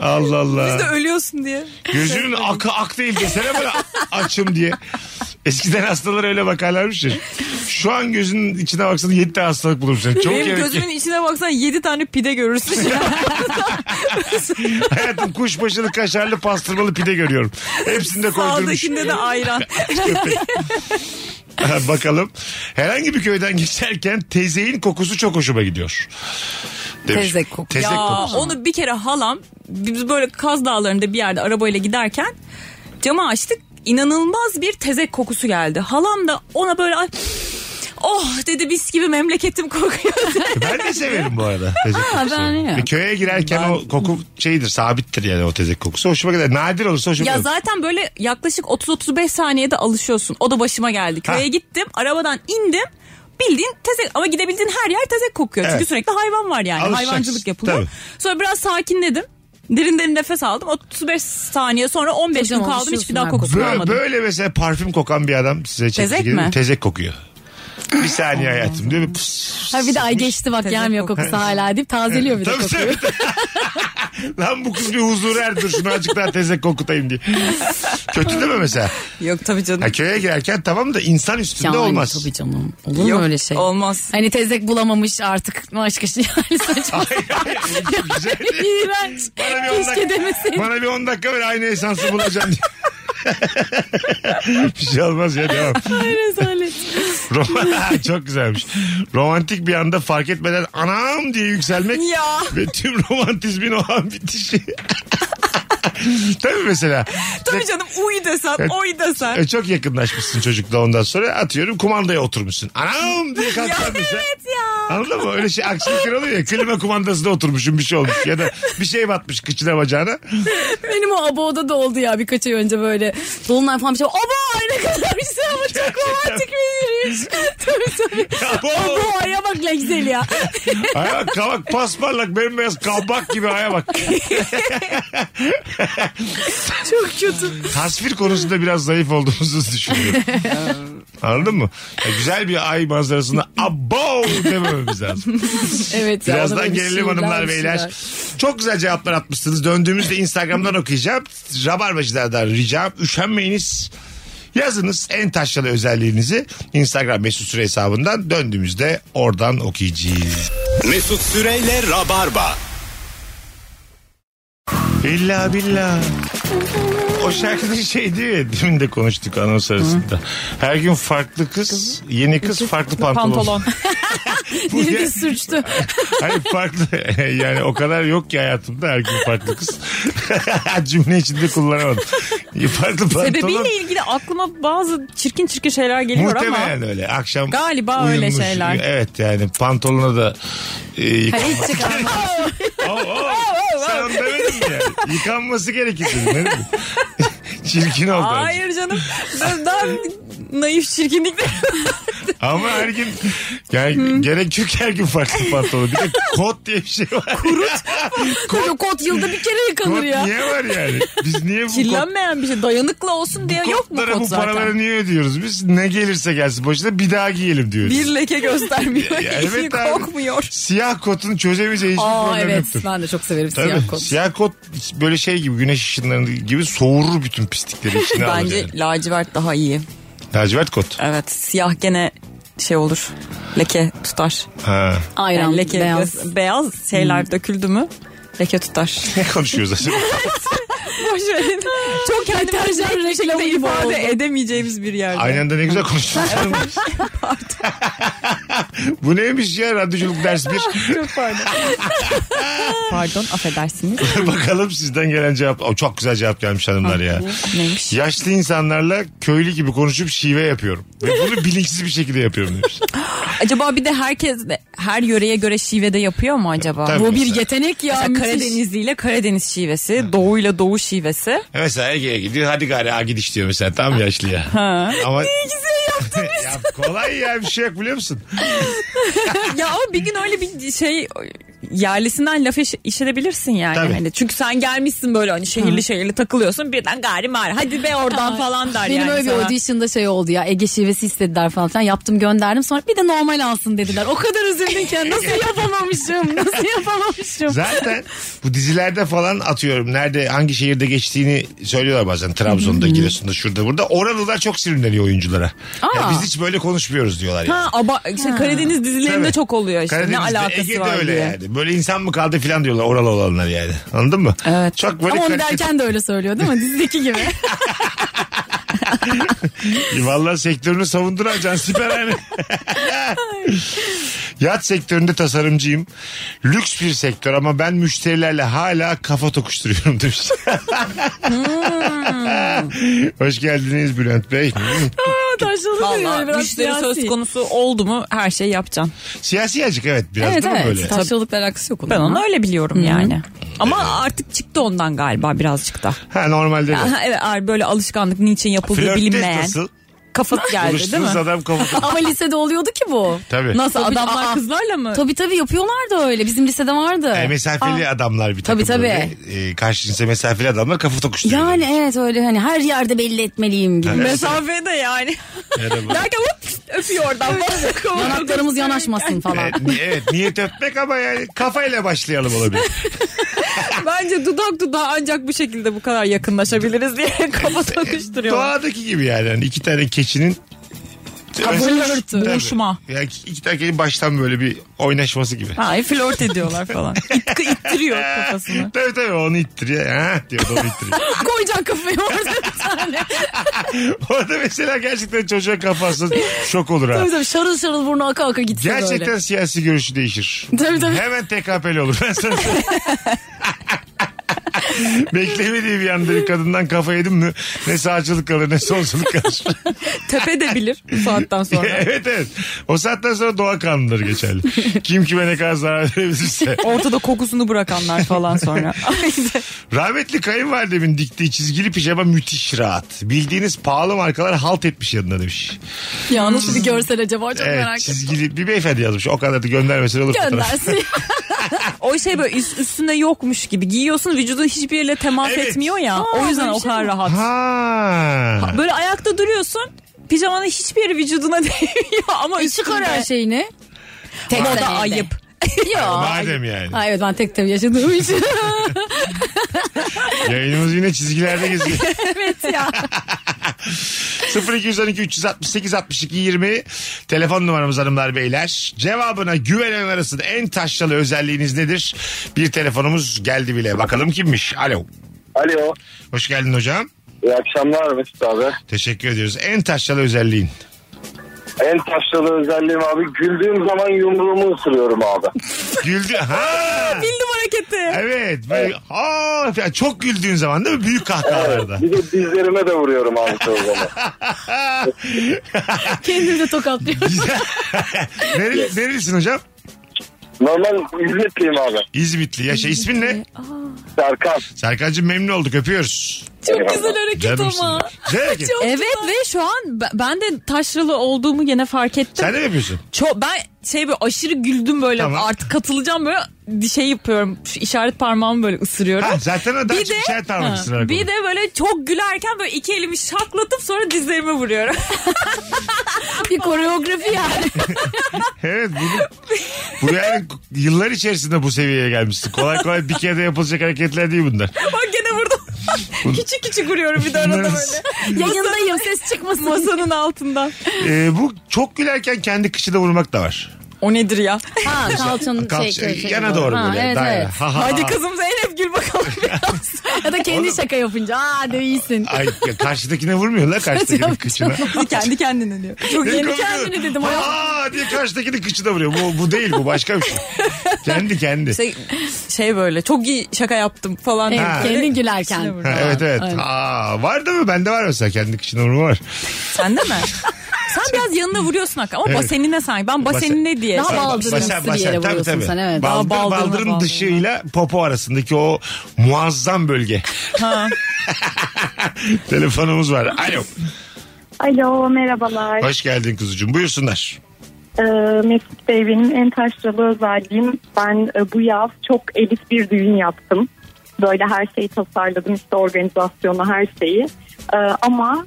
S3: Allah Allah.
S5: Ölüyorsun diye.
S3: Gözünün akı ak değil desene böyle açım diye. Eskiden hastalara öyle bakarlarmış ya. Şu an gözünün içine baksana 7 tane hastalık bulur seni. Çok
S5: Benim
S3: yemek
S5: gözümün içine baksan 7 tane pide görürsün.
S3: Hayatım kuşbaşılı kaşarlı pastırmalı pide görüyorum. Hepsini de koydurmuş.
S5: Sağdakinde de ayran.
S3: Bakalım. Herhangi bir köyden geçerken tezeğin kokusu çok hoşuma gidiyor. Demiş.
S4: Tezek kokusu.
S3: Tezek
S5: ya
S3: kokusu.
S5: onu bir kere halam biz böyle Kaz Dağları'nda bir yerde arabayla giderken camı açtık. inanılmaz bir tezek kokusu geldi. Halam da ona böyle "Ay, Oh dedi mis gibi memleketim kokuyor.
S3: Ben de severim bu arada. Tezek
S4: Ha,
S3: kokusunu.
S4: ben ya.
S3: Ve köye girerken o koku şeydir sabittir yani o tezek kokusu. Hoşuma gider. Nadir olursa hoşuma
S5: ya
S3: gider.
S5: zaten böyle yaklaşık 30-35 saniyede alışıyorsun. O da başıma geldi. Köye
S3: Ha.
S5: gittim arabadan indim. Bildiğin tezek ama gidebildiğin her yer tezek kokuyor. Çünkü
S3: Evet.
S5: sürekli hayvan var yani.
S3: Alışacaksın.
S5: Hayvancılık yapılıyor.
S3: Tabii.
S5: Sonra biraz sakinledim. Derin derin nefes aldım. 35 saniye sonra 15
S4: Hocam
S5: gün kaldım.
S4: alışıyorsun
S5: Hiçbir daha
S4: abi.
S5: kokusunu
S3: Böyle,
S5: almadım.
S3: böyle mesela parfüm kokan bir adam size çekici
S5: Tezek
S3: gelir mi?
S5: mi?
S3: Tezek kokuyor. Bir saniye hayatım diyor. Pıs,
S4: Ha bir de ay geçti bak
S5: Tezek
S4: gelmiyor kokusu hala deyip tazeliyor bir de
S3: Tabii
S4: kokuyu.
S3: tabii. Lan bu kız bir huzur erdir şunu azıcık daha tezek kokutayım diye. Kötü değil mi mesela?
S5: Yok tabii canım.
S3: Ha, köye girerken tamam da insan üstünde
S4: Yani
S3: olmaz.
S4: Tabii canım. Olur mu
S5: Yok,
S4: öyle şey?
S5: Olmaz.
S4: Hani tezek bulamamış artık aşk işi yani saçma.
S3: Hayır, hayır, çok güzel.
S4: İğrenç.
S3: Bana bir on
S4: Keşke
S3: dakika-
S4: demeseydin.
S3: Bana bir 10 dakika ver aynı esansı bulacağım diye. bir şey olmaz ya devam.
S4: Rezalet.
S3: Roma- Çok güzelmiş. Romantik bir anda fark etmeden anam diye yükselmek
S5: Ya.
S3: ve tüm romantizmin o an bitişi. Tabii mesela.
S5: Tabii canım uy desen, oy desen.
S3: E, çok yakınlaşmışsın çocukla ondan sonra atıyorum kumandaya oturmuşsun. Anam diye kalkan mesela.
S5: ya.
S3: Anladın mı? Öyle şey aksilikler oluyor ya. Klima kumandasında oturmuşum bir şey olmuş. Ya da bir şey batmış kıçına bacağına.
S4: Benim o aboda da oldu ya birkaç ay önce böyle. Dolunay falan bir şey. Abo ne kadar bir şey ama çok romantik bir yürüyüş. tabii tabii.
S3: Abo!
S4: Abo aya bak Lexel ya.
S3: Aya bak kavak pasparlak bembeyaz kabak gibi aya bak.
S4: çok kötü.
S3: Tasvir konusunda biraz zayıf olduğumuzu düşünüyorum. Anladın mı? Ya güzel bir ay manzarasında abo demememiz lazım.
S4: Evet. ya, ona da
S3: Birazdan
S4: bir
S3: gelelim
S4: şeyler,
S3: hanımlar
S4: bir
S3: beyler.
S4: şeyler.
S3: Çok güzel cevaplar atmışsınız. Döndüğümüzde Instagram'dan okuyacağım. Rabarbacılardan ricam üşenmeyiniz. Yazınız en taşralı özelliğinizi Instagram mesut süre hesabından döndüğümüzde oradan okuyacağız.
S2: Mesut Süreyle Rabarba.
S3: İlla billah. O şarkının şey değil mi? Demin de konuştuk anons arasında. Her gün farklı kız, yeni kız farklı pantolon.
S5: Pantolon.
S3: Bu
S4: Biri
S3: ya-
S4: de sürçtü.
S3: Hayır farklı. yani o kadar yok ki hayatımda her gün farklı kız. Cümle içinde kullanamadım. Farklı pantolon.
S5: Sebebiyle ilgili aklıma bazı çirkin çirkin şeyler geliyor ama.
S3: Muhtemelen öyle. Akşam
S5: Galiba
S3: uyumuş.
S5: öyle şeyler.
S3: Evet yani pantolona da e, yıkan-
S4: Hiç çıkarmadı.
S3: Oo, oo. Sen onu demedin mi yani? Yıkanması gerekir. dedim. Çirkin oldu.
S5: Hayır canım. Ben daha naif çirkinlikle.
S3: Ama her gün yani gerek yok her gün farklı pantolon. Bir de kot diye bir şey var. Kurut.
S4: Tabii kot yılda bir kere
S3: kot
S4: yıkanır ya.
S3: niye var yani? Biz niye bu kot
S5: Kirlenmeyen bir şey. Dayanıklı olsun diye yok mu
S3: Kotlara
S5: kot
S3: bu paraları
S5: zaten?
S3: niye ödüyoruz biz? Ne gelirse gelsin başına bir daha giyelim diyoruz.
S5: Bir leke göstermiyor.
S3: Ya evet abi.
S5: Kokmuyor.
S3: Siyah kotun çözemeyeceği hiçbir
S4: Aa
S3: problem
S4: evet
S3: yoktur.
S4: ben de çok severim
S3: Tabii.
S4: siyah kot.
S3: Siyah kot böyle şey gibi güneş ışınlarının gibi soğurur bütün pislikleri içine alır.
S5: Bence
S3: Yani.
S5: lacivert daha iyi.
S3: Lacivert kot.
S5: Evet. Siyah gene şey olur. Leke tutar.
S3: Ha.
S4: Ayran
S5: Yani leke
S4: beyaz.
S5: beyaz, beyaz şeyler
S3: Hmm.
S5: döküldü mü? Leke tutar.
S3: Ne konuşuyoruz acaba?
S5: Boş verin. Çok
S4: Deterjan
S5: kendimizi bir
S4: reklamı
S5: şekilde
S4: gibi oldu.
S5: ifade edemeyeceğimiz bir yerde.
S3: Aynı anda ne güzel konuşuyoruz. Bu neymiş ya radyoculuk ders bir.
S5: Çok pardon. pardon affedersiniz.
S3: Bakalım sizden gelen cevap. O, çok güzel cevap gelmiş hanımlar ya.
S5: Neymiş?
S3: Yaşlı insanlarla köylü gibi konuşup şive yapıyorum. Ve bunu bilinçsiz bir şekilde yapıyorum demiş.
S5: Acaba bir de herkes de- her yöreye göre şive de yapıyor mu acaba?
S3: Tabii.
S4: Bu bir
S3: Mesela.
S4: yetenek ya.
S5: Mesela
S4: müthiş.
S5: Karadenizli ile Karadeniz şivesi, Doğu ile Doğu şivesi.
S3: E Mesela Ege'ye gidiyor hadi gari ha gidiş diyor mesela tam yaşlıya. Ha. Ama... Ne güzel yaptın ya kolay ya bir şey yok biliyor musun?
S5: ya ama bir gün öyle bir şey yerlisinden laf iş, işedebilirsin yani.
S3: Tabii.
S5: Hani çünkü sen gelmişsin böyle hani şehirli şehirli takılıyorsun birden gari mari hadi be oradan falan der
S4: Benim
S5: yani
S4: öyle bir
S5: sana.
S4: audition'da şey oldu ya. Ege şivesi istediler falan filan. Yaptım gönderdim. Sonra bir de normal alsın dediler. O kadar üzüldüm ki. Nasıl yapamamışım? Nasıl yapamamışım?
S3: Zaten bu dizilerde falan atıyorum nerede hangi şehirde geçtiğini söylüyorlar bazen Trabzon'da Giresun'da şurada burada. Oralılar çok sinirleniyor oyunculara. Yani biz hiç böyle konuşmuyoruz diyorlar yani.
S5: Ha, aba, işte Karadeniz dizilerinde
S3: Tabii.
S5: çok oluyor işte.
S3: Karadeniz'de,
S5: ne alakası
S3: Ege'de
S5: var
S3: öyle
S5: diye.
S3: yani. Böyle insan mı kaldı filan diyorlar oralı olanlar yani. Anladın mı?
S5: Evet.
S3: Çok böyle
S4: Ama onu
S3: karikatür-
S4: derken de öyle söylüyor değil mi? Dizideki gibi.
S3: Vallahi sektörünü savunduran Can Siperhane. Yat sektöründe tasarımcıyım. Lüks bir sektör ama ben müşterilerle hala kafa tokuşturuyorum demiş.
S4: Hmm.
S3: Hoş geldiniz Bülent Bey.
S4: taşralı
S5: Vallahi
S4: diyor biraz
S5: müşteri
S4: siyasi.
S5: söz konusu oldu mu her şey yapacaksın.
S3: Siyasi acık evet biraz
S4: Evet
S3: değil mi
S4: evet.
S3: böyle?
S4: Taşralıkla alakası yok onun.
S5: Ben onu
S4: ama.
S5: öyle biliyorum yani. Ama artık çıktı ondan galiba birazcık da.
S3: Ha normalde de.
S5: Aha, evet ar- böyle alışkanlık niçin yapıldığı
S3: Flört
S5: bilinmeyen.
S3: test nasıl?
S5: Kafası geldi değil mi?
S3: Buluştuğunuz adam kafası.
S4: Ama lisede oluyordu ki bu.
S3: Tabii.
S5: Nasıl
S4: Tabii,
S5: adamlar
S4: aa.
S5: kızlarla mı?
S4: Tabii tabii yapıyorlar da öyle. Bizim lisede vardı.
S3: E, mesafeli adamlar bir takım
S4: Tabii, tabii.
S3: böyle. E, karşı cinse mesafeli adamlar kafa tokuşturuyor.
S4: Yani evet öyle hani her yerde belli etmeliyim gibi.
S5: Mesafede yani.
S3: Merhaba.
S5: Derken hop öpüyor oradan.
S4: Yanaklarımız yanaşmasın falan.
S3: Evet, ni- evet niyet öpmek ama yani kafayla başlayalım olabilir.
S5: Bence dudak dudağa ancak bu şekilde bu kadar yakınlaşabiliriz diye kafa tokuşturuyorlar.
S3: Doğadaki gibi yani. Hani iki tane keçinin
S4: flört,
S3: Tabii.
S5: buluşma.
S3: Yani iki tane keçinin baştan böyle bir oynaşması gibi.
S5: Ay e, flört ediyorlar falan. İt, ittiriyor kafasını.
S3: tabii tabii onu ittiriyor. Ha diyor da onu ittiriyor.
S4: Koyacaksın kafayı orada bir tane.
S3: Orada mesela gerçekten çocuğa kafası şok olur ha.
S4: tabii tabii şarıl şarıl burnu aka aka gitse
S3: Gerçekten
S4: böyle.
S3: siyasi görüşü değişir.
S4: Tabii, tabii.
S3: Hemen TKP'li olur. Ben sana söyleyeyim. Beklemediği bir anda bir kadından kafa yedim mi ne sağcılık kalır ne solculuk kalır.
S5: Tepe de bilir bu saatten sonra.
S3: evet evet. O saatten sonra doğa kanunları geçerli. Kim kime ne kadar zarar verebilirse.
S5: Ortada kokusunu bırakanlar falan sonra.
S3: Rahmetli kayınvalidemin diktiği çizgili pijama müthiş rahat. Bildiğiniz pahalı markalar halt etmiş yanına demiş.
S4: Ya nasıl bir görsel acaba çok
S3: Evet
S4: merak ettim.
S3: çizgili bir beyefendi yazmış. O kadar da göndermesin olur. fotoğraf.
S4: Göndersin.
S5: o şey böyle üst, üstünde yokmuş gibi giyiyorsun vücudun hiçbir yerle temas
S3: Evet.
S5: etmiyor ya.
S4: Aa,
S5: o yüzden
S4: böyle bir
S5: o
S4: şey
S5: kadar
S4: mi?
S5: rahat.
S3: Ha.
S5: Böyle ayakta duruyorsun. Pijamanın hiçbir yeri vücuduna değmiyor ama
S4: E,
S5: üstünde.
S4: Çıkar her şeyini. Tek
S5: Moda
S4: sen evde.
S5: ayıp.
S4: Ya.
S3: Madem yani.
S4: Ay evet ben tek tek yaşadığım için.
S3: Yayınımız yine çizgilerde geziyor.
S4: evet ya.
S3: 0212 368 62 20 telefon numaramız hanımlar beyler. Cevabına güvenen arasında en taşralı özelliğiniz nedir? Bir telefonumuz geldi bile. Bakalım kimmiş? Alo.
S7: Alo.
S3: Hoş geldin hocam.
S7: İyi akşamlar Mesut abi.
S3: Teşekkür ediyoruz. En taşralı özelliğin.
S7: En taşralı özelliğim abi güldüğüm zaman yumruğumu ısırıyorum abi.
S3: Güldü. Ha!
S5: Bildim hareketi.
S3: Evet. Böyle, Aa, falan. çok güldüğün zaman değil mi? Büyük kahkahalarda.
S7: Bir de dizlerime de vuruyorum abi çoğu zaman.
S4: Kendimi de tokatlıyorum.
S3: Güzel. Nereli- Nerelisin hocam?
S7: Normal İzmitliyim abi.
S3: İzmitli. Yaşa. İsmin ne?
S7: Serkan.
S3: Serkan'cığım memnun olduk. Öpüyoruz.
S4: Çok güzel hareket
S3: Canımsın.
S4: ama.
S3: Güzel hareket.
S4: Çok
S5: Evet ve şu an b- ben de taşralı olduğumu gene fark ettim.
S3: Sen de mi yapıyorsun?
S5: Çok ben şey böyle aşırı güldüm böyle
S3: Tamam.
S5: artık katılacağım böyle şey yapıyorum. Şu işaret parmağımı böyle ısırıyorum.
S3: Ha, zaten o daha çok şey işaret parmak
S5: Ha,
S3: ısırarak
S5: Bir
S3: olur.
S5: de böyle çok gülerken böyle iki elimi şaklatıp sonra dizlerime vuruyorum.
S4: bir koreografi yani.
S3: Evet bunu, bu yani yıllar içerisinde bu seviyeye gelmişsin. Kolay kolay bir kere de yapılacak hareketler değil bunlar.
S5: Bak gene vurdum. küçük küçük vuruyorum bir de arada
S3: Bunların-
S5: böyle.
S4: Yayındayım ses çıkmasın.
S5: Masanın altından.
S3: Ee, bu çok gülerken kendi kışına vurmak da var.
S5: O nedir ya?
S4: Ha kalçanın
S3: Kalça-
S4: şey, köşesi
S3: yana doğru
S4: Ha,
S3: böyle.
S4: Evet
S3: daire.
S4: evet.
S3: Ha, ha,
S5: Hadi
S3: ha.
S5: kızım Zeynep gül bakalım biraz.
S4: Ya da kendi şaka yapınca aa de iyisin.
S3: Ay ya karşıdakine vurmuyorlar karşıdakinin kıçına.
S5: kendi kendine diyor. Çok
S3: Ne
S5: yeni
S3: komik
S5: kendine
S3: olur.
S5: dedim.
S3: Ha, ha diye karşıdakinin kıçına vuruyor. Bu, bu değil bu başka bir şey. kendi kendi.
S5: Şey, şey böyle çok iyi şaka yaptım falan.
S4: Evet,
S5: Böyle
S4: kendin gülerken.
S5: içine vurdu.
S3: Ha, evet evet.
S4: Aynen.
S3: Aa, var değil mi? Bende var mesela kendi kıçına vurma var.
S5: Sen de mi? Sen biraz yanına vuruyorsun hakikaten ama
S3: Evet.
S5: basenine sanki. Ben basenine diye.
S4: Daha
S5: şey-
S4: bal- Baldırımsı bir yere vuruyorsun sen, evet.
S3: Baldır,
S5: Daha baldırına,
S3: baldırın
S5: baldırına.
S3: dışıyla popo arasındaki o muazzam bölge.
S5: Ha.
S3: Telefonumuz var. Alo.
S8: Alo merhabalar.
S3: Hoş geldin kuzucuğum. Buyursunlar.
S8: Ee, Mesut Bey benim en taşralı özelliğim. Ben e, bu yaz çok elit bir düğün yaptım. Böyle her şeyi tasarladım işte organizasyonu her şeyi. Ee, ama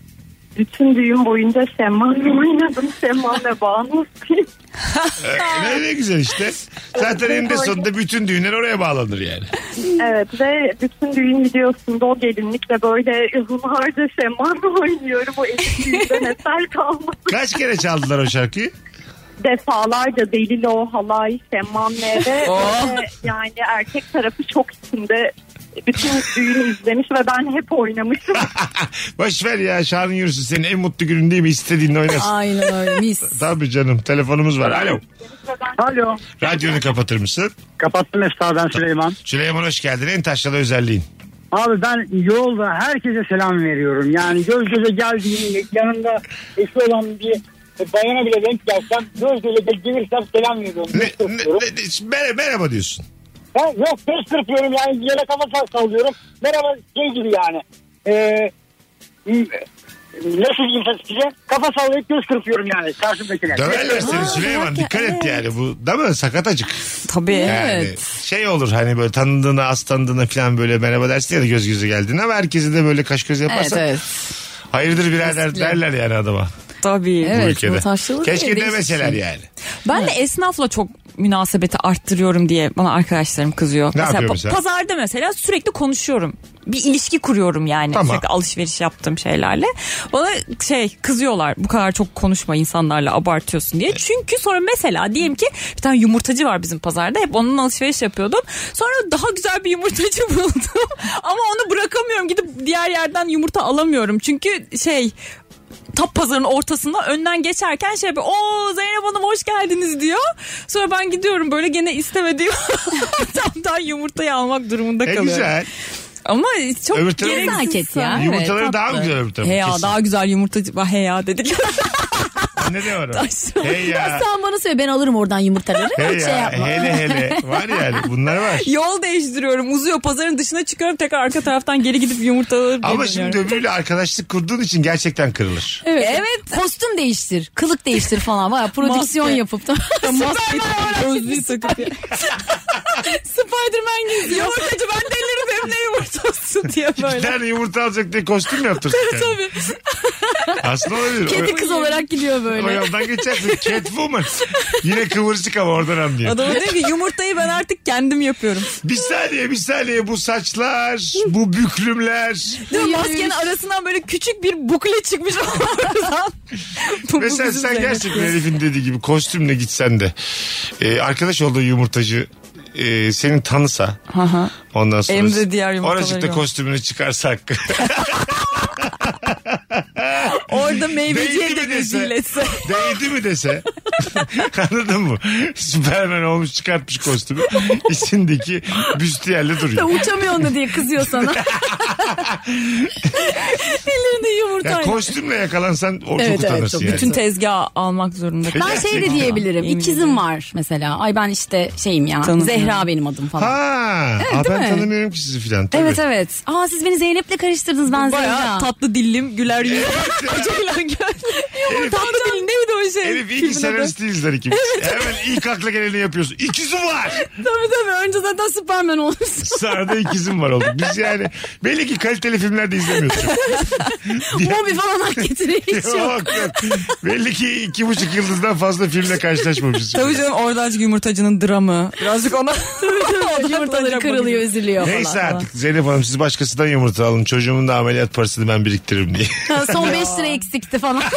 S8: bütün düğün boyunca Şemman'la oynadım. Şemman ve Banu.
S3: Ee, ne, ne güzel işte. Zaten eninde sonunda bütün düğünler oraya bağlanır yani.
S8: evet ve bütün düğün videosunda o gelinlikle böyle hunharca Şemman'la oynuyorum. O elit düğünden eser kalmadı.
S3: Kaç kere çaldılar o şarkıyı?
S8: defalarca Delilo, Halay, Semmanle ve ve yani erkek tarafı çok içinde bütün düğünü izlemiş ve ben hep oynamışım.
S3: Boş ver ya şarkın yürüsün. Senin en mutlu günün değil mi? İstediğinle oynarsın.
S4: Aynen öyle mis.
S3: Tabii canım. Telefonumuz var. Alo.
S6: Alo.
S3: Radyonu kapatır mısın?
S6: Kapattım Mesut abi ben Süleyman.
S3: Süleyman hoş geldin. En taşralı özelliğin.
S9: Abi ben yolda herkese selam veriyorum. Yani göz göze geldiğim yanımda eşi olan bir bayana bile denk gelsem göz göze gelirsem selam veriyorum.
S3: Ne,
S9: Göz
S3: ne,
S9: kırpıyorum.
S3: ne- mere- merhaba diyorsun.
S9: Ben yok göz kırpıyorum yani yere kafa sal- sallıyorum. Merhaba şey gibi yani. Ee, m- nasıl diyeyim size? Kafa sallayıp göz kırpıyorum yani karşımdakine.
S3: Döverler
S5: Ha,
S3: seni Süleyman.
S5: hakikaten,
S3: Dikkat et
S5: evet.
S3: yani bu. Değil mi? Sakat acık.
S5: Tabii.
S3: Yani şey olur hani böyle tanıdığına az tanıdığına falan böyle merhaba dersin ya da göz göze geldiğinde ama herkesi de böyle kaş göz
S4: Evet
S3: yaparsan
S4: evet.
S3: hayırdır birader
S4: Kesinlikle.
S3: derler yani adama.
S5: Tabii.
S3: bu
S4: Evet,
S3: ülkede.
S4: bu taşlılık
S3: Keşke
S4: öyle
S3: demeseler
S4: değişik.
S3: yani.
S5: Ben de esnafla çok münasebeti arttırıyorum diye bana arkadaşlarım kızıyor.
S3: yapıyor
S5: pa-
S3: mesela?
S5: pazarda mesela sürekli konuşuyorum. Bir ilişki kuruyorum yani.
S3: Tamam.
S5: Sürekli alışveriş yaptığım şeylerle. Bana şey kızıyorlar. Bu kadar çok konuşma insanlarla abartıyorsun diye. Çünkü sonra mesela diyelim ki bir tane yumurtacı var bizim pazarda. Hep onun alışveriş yapıyordum. Sonra daha güzel bir yumurtacı buldum. Ama onu bırakamıyorum. Gidip diğer yerden yumurta alamıyorum. Çünkü şey tap pazarın ortasında önden geçerken şey yapıyor. Oo Zeynep Hanım hoş geldiniz diyor. Sonra ben gidiyorum böyle gene istemediğim ortamdan yumurtayı almak durumunda
S3: Ne
S5: kalıyorum.
S3: E, güzel.
S5: Ama çok
S3: Öbür tarafı-
S5: gereksiz.
S4: Nezaket ya. Evet,
S3: Yumurtaları daha mı
S4: tatlı.
S3: güzel öbür tarafı?
S5: He ya
S3: Kesin.
S5: daha güzel yumurtacı. Bah he ya dedik.
S3: Ne de var o? Hey ya.
S4: Sen bana söyle ben alırım oradan yumurtaları.
S3: Hey
S4: şey
S3: ya.
S4: yapma.
S3: Hele hele. Var yani bunlar var.
S5: Yol değiştiriyorum. Uzuyor pazarın dışına çıkıyorum. Tekrar arka taraftan geri gidip yumurtaları
S3: Ama
S5: geri
S3: şimdi
S5: dönüyorum.
S3: öbürüyle arkadaşlık kurduğun için gerçekten kırılır.
S4: Evet. Kostüm değiştir, kılık değiştir falan. Baya prodüksiyon
S5: Maske.
S4: yapıp da.
S5: Maske takıp, gözlüğü takıp. ya.
S4: Spiderman geziyor.
S5: Yumurtacı ben delirim hem ne yumurtası diye
S3: Bir
S5: böyle.
S3: tane yumurta alacak diye kostüm mi yaptırsın? kendine?
S5: Tabii.
S3: Aslında olabilir.
S4: Kedi
S3: O-
S4: kız olarak gidiyor
S3: O
S4: böyle.
S3: yoldan geçersin. Catwoman. Yine kıvırcık ama oradan anlıyor.
S5: Adama diyor ki yumurtayı ben artık kendim yapıyorum.
S3: Bir saniye bir saniye bu saçlar, bu büklümler.
S5: Değil mi?
S4: Yürüyüş.
S5: Maskenin arasından böyle küçük bir bukle çıkmış oradan. Bu- bu
S3: Mesela
S5: bizim
S3: sen
S5: Zeynep.
S3: gerçekten herifin dediği gibi kostümle gitsen de e, arkadaş olduğu yumurtacı e, seni tanısa
S5: Aha.
S3: ondan sonra
S5: Emre diğer yumurtaları
S3: oracıkta
S5: gör.
S3: kostümünü çıkarsa hakkı.
S5: Orada meyveciye
S3: Değdi
S5: de
S3: mi dese?
S5: rezil etse.
S3: Değdi mi dese anladın mı? Süpermen olmuş çıkartmış kostümü. İçindeki büstiyerle duruyor.
S4: Uçamıyorsun da diye kızıyor sana. Ellerinde
S3: Ya
S4: yumurta.
S3: kostümle yakalansan o çok
S4: Evet, evet,
S3: utanırsın
S4: çok.
S3: yani.
S5: Bütün tezgahı almak zorunda.
S4: Ben şey de diyebilirim.
S5: Yemin
S4: İkizim
S5: ederim.
S4: var mesela. Ay ben işte şeyim ya.
S5: Tanımıyorum.
S4: Zehra benim adım falan.
S3: Ha, aa,
S4: değil
S3: ben
S4: mi?
S3: tanımıyorum ki sizi filan. tabii.
S4: Evet evet. Aa siz beni Zeynep'le karıştırdınız ben Zehra.
S5: Baya tatlı dillim güler yüzüm. Ceylan gör. tatlı dillim neydi o şey?
S3: Herif iyi ki
S5: Filmin adı.
S3: senarist değiliz ikimiz. Hemen ilk akla geleni yapıyorsun. İkizim var.
S4: Tabii tabii. Önce zaten Superman olmuşsun.
S3: Sonra da ikizim var olduk. Biz yani belli ki kaliteli filmler de izlemiyoruz. çok.
S4: Mobi falan hak getiriyor. Hiç yok.
S3: Yok, yok. Belli ki iki buçuk yıldızdan fazla filmle karşılaşmamışız.
S5: Tabii canım oradan çünkü yumurtacının dramı. Birazcık ona.
S4: Yumurtaları kırılıyor, üzülüyor falan.
S3: Neyse artık Zeynep Hanım siz başkasından yumurta alın. Çocuğumun da ameliyat parasını ben biriktiririm diye.
S4: Ha, Son 5 lira eksikti falan.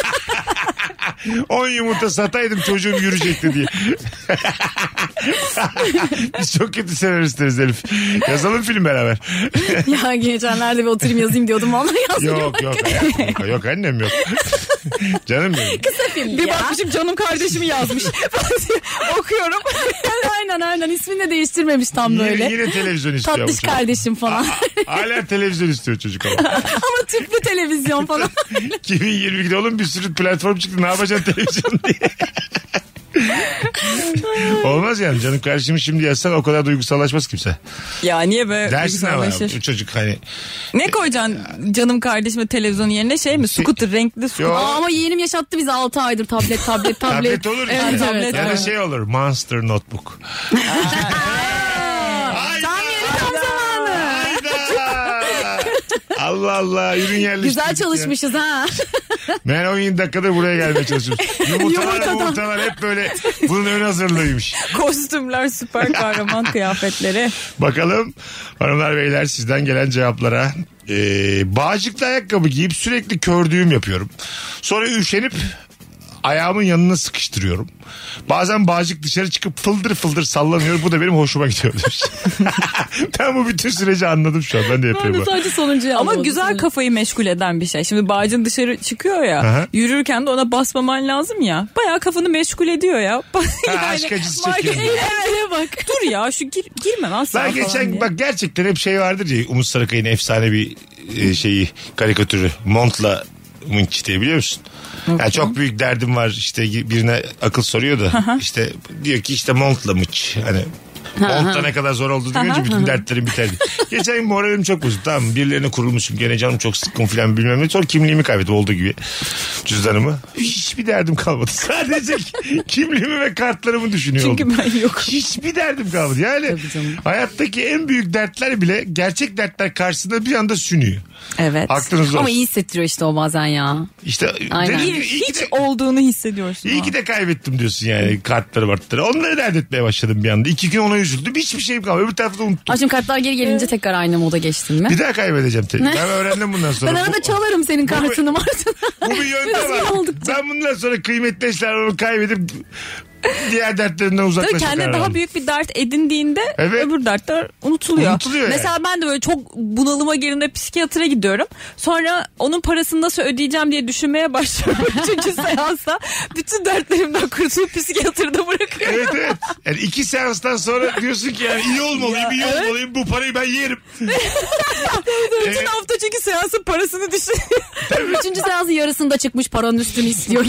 S3: 10 yumurta sataydım çocuğum yürüyecekti diye. Biz çok kötü senaristleriz Elif. Yazalım film beraber.
S4: ya geçenlerde bir oturayım yazayım diyordum. Vallahi yazmıyorum.
S3: Yok yok. hayatım yok. Yok annem yok. Canım benim.
S5: Bir bakmışım canım kardeşimi yazmış.
S4: Okuyorum. aynen aynen. İsmini de değiştirmemiş tam
S3: Yine,
S4: böyle.
S3: yine televizyon istiyor bu
S4: Tatlış
S3: çocuk.
S4: kardeşim falan.
S3: Hala televizyon istiyor çocuk ama.
S4: Ama tüplü televizyon falan.
S3: 2022'de oğlum bir sürü platform çıktı. Ne yapacaksın televizyon diye. Olmaz yani canım kardeşim şimdi yazsan o kadar duygusallaşmaz kimse.
S5: ya niye be?
S3: Dersin ama
S5: Güzelleşir.
S3: bu çocuk hani
S5: Ne koyacaksın canım kardeşime televizyonun yerine şey mi? Scooter renkli scooter.
S3: Yok.
S4: Aa, ama yeğenim yaşattı bizi 6 aydır tablet tablet tablet.
S3: tablet olur
S4: Evet,
S3: işte.
S4: tablet
S3: ya da
S4: olur.
S3: şey olur Monster Notebook. Hayda. Hayda. Allah Allah ürün yerleştirdik. ya.
S4: Güzel çalışmışız ha.
S3: Ben 17 dakikadır buraya gelmeye çalışıyorum. Yumurtalar
S4: Yumurtadan.
S3: yumurtalar hep böyle bunun ön hazırlığıymış.
S5: Kostümler süper kahraman kıyafetleri.
S3: Bakalım hanımlar beyler sizden gelen cevaplara. Ee, bağcıklı ayakkabı giyip sürekli kördüğüm yapıyorum. Sonra üşenip Ayağımın yanına sıkıştırıyorum. Bazen bağcık dışarı çıkıp fıldır fıldır sallanıyor. Bu da benim hoşuma gidiyor demiş. ben bu bütün süreci anladım şu an. Ben de
S4: Ben
S3: yapıyorum.
S4: de
S3: bunu.
S4: sadece sonuncuyu
S5: Ama
S4: anlamadım.
S5: güzel kafayı meşgul eden bir şey. Şimdi bağcın dışarı çıkıyor ya.
S3: Aha.
S5: Yürürken de ona basmaman lazım ya. Bayağı kafanı meşgul ediyor ya. yani
S3: aşk acısı
S5: market-
S3: çekiyor.
S5: Evet, bak. Dur ya şu gir, girme lan sağa
S3: Ben
S5: falan
S3: geçen
S5: diye.
S3: bak gerçekten hep şey vardır ya Umut Sarıkaya'nın efsane bir e, şeyi karikatürü montla mınç diye biliyor musun? Yani çok büyük derdim var işte birine akıl soruyor da işte diyor ki işte montla mıç hani montla ne kadar zor oldu deyince bütün dertlerim biterdi. Geçen gün moralim çok bozuk tamam birilerine kurulmuşum gene canım çok sıkkın filan bilmem ne sonra kimliğimi kaybettim olduğu gibi cüzdanımı hiçbir derdim kalmadı sadece kimliğimi ve kartlarımı düşünüyorum.
S5: Çünkü ben yok.
S3: Hiçbir derdim kalmadı. Yani hayattaki en büyük dertler bile gerçek dertler karşısında bir anda sünüyor.
S5: Evet.
S3: Aklınız olsun.
S4: Ama iyi hissettiriyor işte o bazen ya.
S3: İşte
S4: Aynen.
S3: dedim
S5: Bir,
S3: ki, iyi, ki
S5: hiç
S3: de,
S5: olduğunu hissediyorsun.
S3: iyi
S5: o
S3: ki de kaybettim diyorsun yani kartları martları. Onları dert etmeye başladım bir anda. İki gün ona üzüldüm. Hiçbir şeyim kalmadı. Öbür tarafta unuttum.
S4: Aşkım kartlar geri gelince tekrar aynı moda geçtin mi?
S3: Bir daha kaybedeceğim. Te- ben öğrendim bundan sonra.
S4: Ben
S3: Bu-
S4: arada çalarım senin kartını martını.
S3: Bu bir yöntem
S4: Üzgün
S3: var.
S4: oldukça.
S3: Ben bundan sonra kıymetli eşyalarımı kaybedip diğer dertlerimden
S5: Da
S3: uzaklaşmak
S5: kendine daha büyük bir dert edindiğinde
S3: Evet.
S5: öbür dertler unutuluyor.
S3: Unutuluyor yani.
S5: Mesela ben de böyle çok bunalıma girdiğimde psikiyatra gidiyorum. Sonra onun parasını nasıl ödeyeceğim diye düşünmeye başlıyorum. Üçüncü seansta bütün dertlerimden kurtulup psikiyatrda bırakıyorum.
S3: Evet evet. Yani iki seanstan sonra diyorsun ki yani iyi olmalıyım, iyi olmalıyım. Bu parayı ben yerim.
S5: Bütün hafta çünkü seansın parasını düşünüyorum.
S4: Üçüncü seansın yarısında çıkmış paranın üstünü istiyor.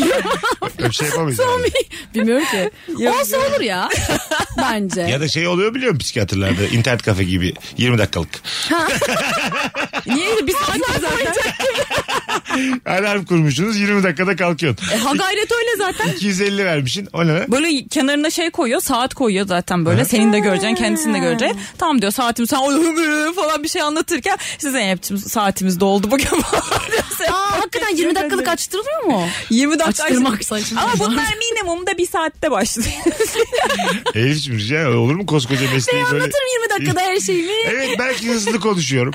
S3: Öyle bir şey yapamayız. yani.
S4: Bilmiyorum ki. Olsa şey olur ya. Bence.
S3: Ya da şey oluyor biliyor musun psikiyatrlarda? İnternet kafe gibi 20 dakikalık.
S4: Niye biz hala zaten?
S3: Alarm kurmuşsunuz 20 dakikada kalkıyorsun.
S5: ha gayret öyle zaten.
S3: 250 vermişsin. O ne lan?
S5: Böyle kenarına şey koyuyor saat koyuyor zaten böyle senin de göreceğin kendisini de göreceğin.
S4: Hmm.
S5: Tamam diyor saatim sen falan bir şey anlatırken işte Zeynep'ciğim saatimiz doldu bugün falan diyor. Sen-
S4: Aa, hakikaten 20 dakikalık açtırılıyor mu?
S5: 20 dakika
S4: Açtırmak saçma. Şey,
S5: Ama bunlar minimumda bir saatte başlıyor.
S3: Elif'cim E, rica olur mu koskoca mesleği böyle?
S4: Anlatırım 20 dakikada her şeyimi.
S3: Evet belki hızlı konuşuyorum.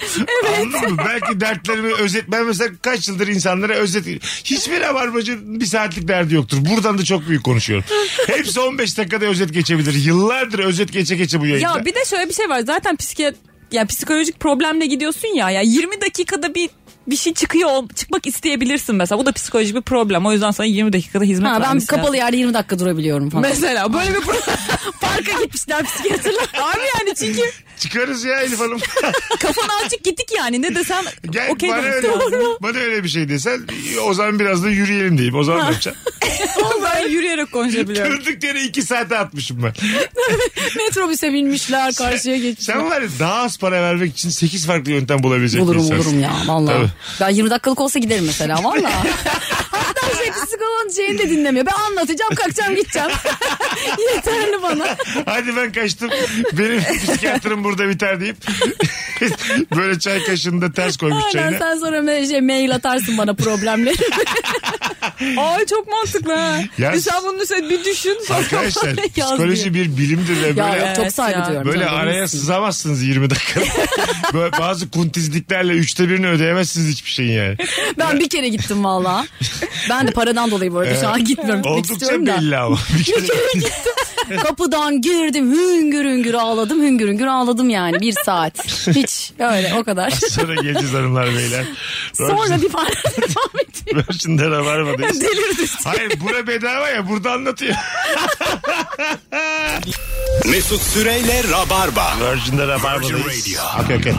S3: Anladın mı? Belki dertlerimi özet. Ben mesela kaç yıldır insanlara özet. Hiçbir rabarbacının bir saatlik derdi yoktur. Buradan da çok büyük konuşuyorum. Hepsi 15 dakikada özet geçebilir. Yıllardır özet geçe geçe bu yayında.
S5: ya bir de şöyle bir şey var. Zaten psikiyat ya psikolojik problemle gidiyorsun ya. Ya 20 dakikada bir bir şey çıkıyor ol- çıkmak isteyebilirsin mesela. Bu da psikolojik bir problem. O yüzden sana 20 dakikada hizmet
S4: Ha, ben
S5: vermesi
S4: kapalı
S5: lazım.
S4: yerde 20 dakika durabiliyorum falan.
S5: Mesela böyle bir problem.
S4: Parka gitmişler psikiyatrlar.
S5: Abi yani çünkü
S3: Çıkarız ya Elif Hanım.
S5: kafan azıcık gittik yani. Ne desem
S3: Gel
S5: okey
S3: bana,
S5: demek
S3: öyle,
S5: lazım.
S3: bana öyle bir şey desen o zaman biraz da yürüyelim diyeyim. O zaman ne yapacağım?
S5: Ben yürüyerek konuşabiliyorum.
S3: Durduk yere iki saate atmışım ben.
S4: Metrobüse binmişler karşıya geçmişler.
S3: Sen var ya daha az para vermek için 8 farklı yöntem bulabilecek bir
S4: Bulurum
S3: insansın.
S4: bulurum ya
S3: Tabii.
S4: vallahi. Ben 20 dakikalık olsa giderim mesela vallahi. Hatta şey psikoloğun şeyini de dinlemiyor. Ben anlatacağım kalkacağım gideceğim. Yeterli bana.
S3: Hadi ben kaçtım. Benim psikiyatrım burada biter deyip böyle çay kaşığını da ters koymuş
S4: Aynen
S3: çayına.
S4: sen sonra me- şey, mail atarsın bana problemleri.
S5: Ay çok mantıklı ha.
S3: Ya-
S5: Bir sen bunun üstüne bir düşün. sonra
S3: Arkadaşlar
S5: yaz diye.
S3: psikoloji bir bilimdir ve
S4: ya
S3: böyle
S4: çok saygı
S5: ya.
S4: duyuyorum.
S3: Böyle
S4: canım,
S3: araya
S4: bilirsin.
S3: sızamazsınız 20 dakika. Böyle bazı kuntizliklerle üçte birini ödeyemezsiniz hiçbir şeyin yani.
S4: Ben bir kere gittim valla. Ben de paradan dolayı bu arada şu an gitmiyorum. gitmek
S3: Oldukça
S4: istiyorum da.
S3: belli ama. Bir kere
S4: Kapıdan girdim hüngür hüngür ağladım hüngür hüngür ağladım yani bir saat. Hiç öyle o kadar.
S3: sonra geleceğiz hanımlar beyler.
S4: Sonra bir parça devam ediyor.
S3: Virgin'de Rabarba'dayız.
S4: Delirdim.
S3: Hayır bura bedava ya burada anlatıyor.
S2: Mesut Süreyle Rabarba.
S3: Virgin'de Rabarba'dayız.
S2: Virgin
S3: Okey okey.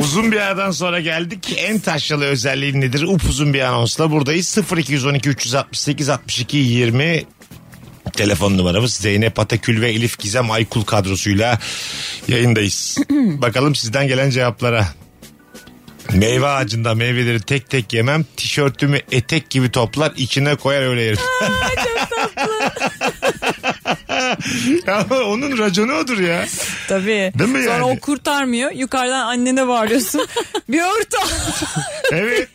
S3: Uzun bir aradan sonra geldik. En taşralı özelliği nedir? Upuzun bir anonsla buradayız. 0212 368 62 20 telefon numaramız Zeynep Atakül ve Elif Gizem Aykul kadrosuyla yayındayız. Bakalım sizden gelen cevaplara. Meyve ağacında meyveleri tek tek yemem. Tişörtümü etek gibi toplar içine koyar öyle yerim. Ama onun raconu odur ya.
S5: Tabii.
S3: Değil mi
S5: Sonra
S3: yani?
S5: o kurtarmıyor. Yukarıdan annene bağırıyorsun. bir örtü al.
S3: Evet.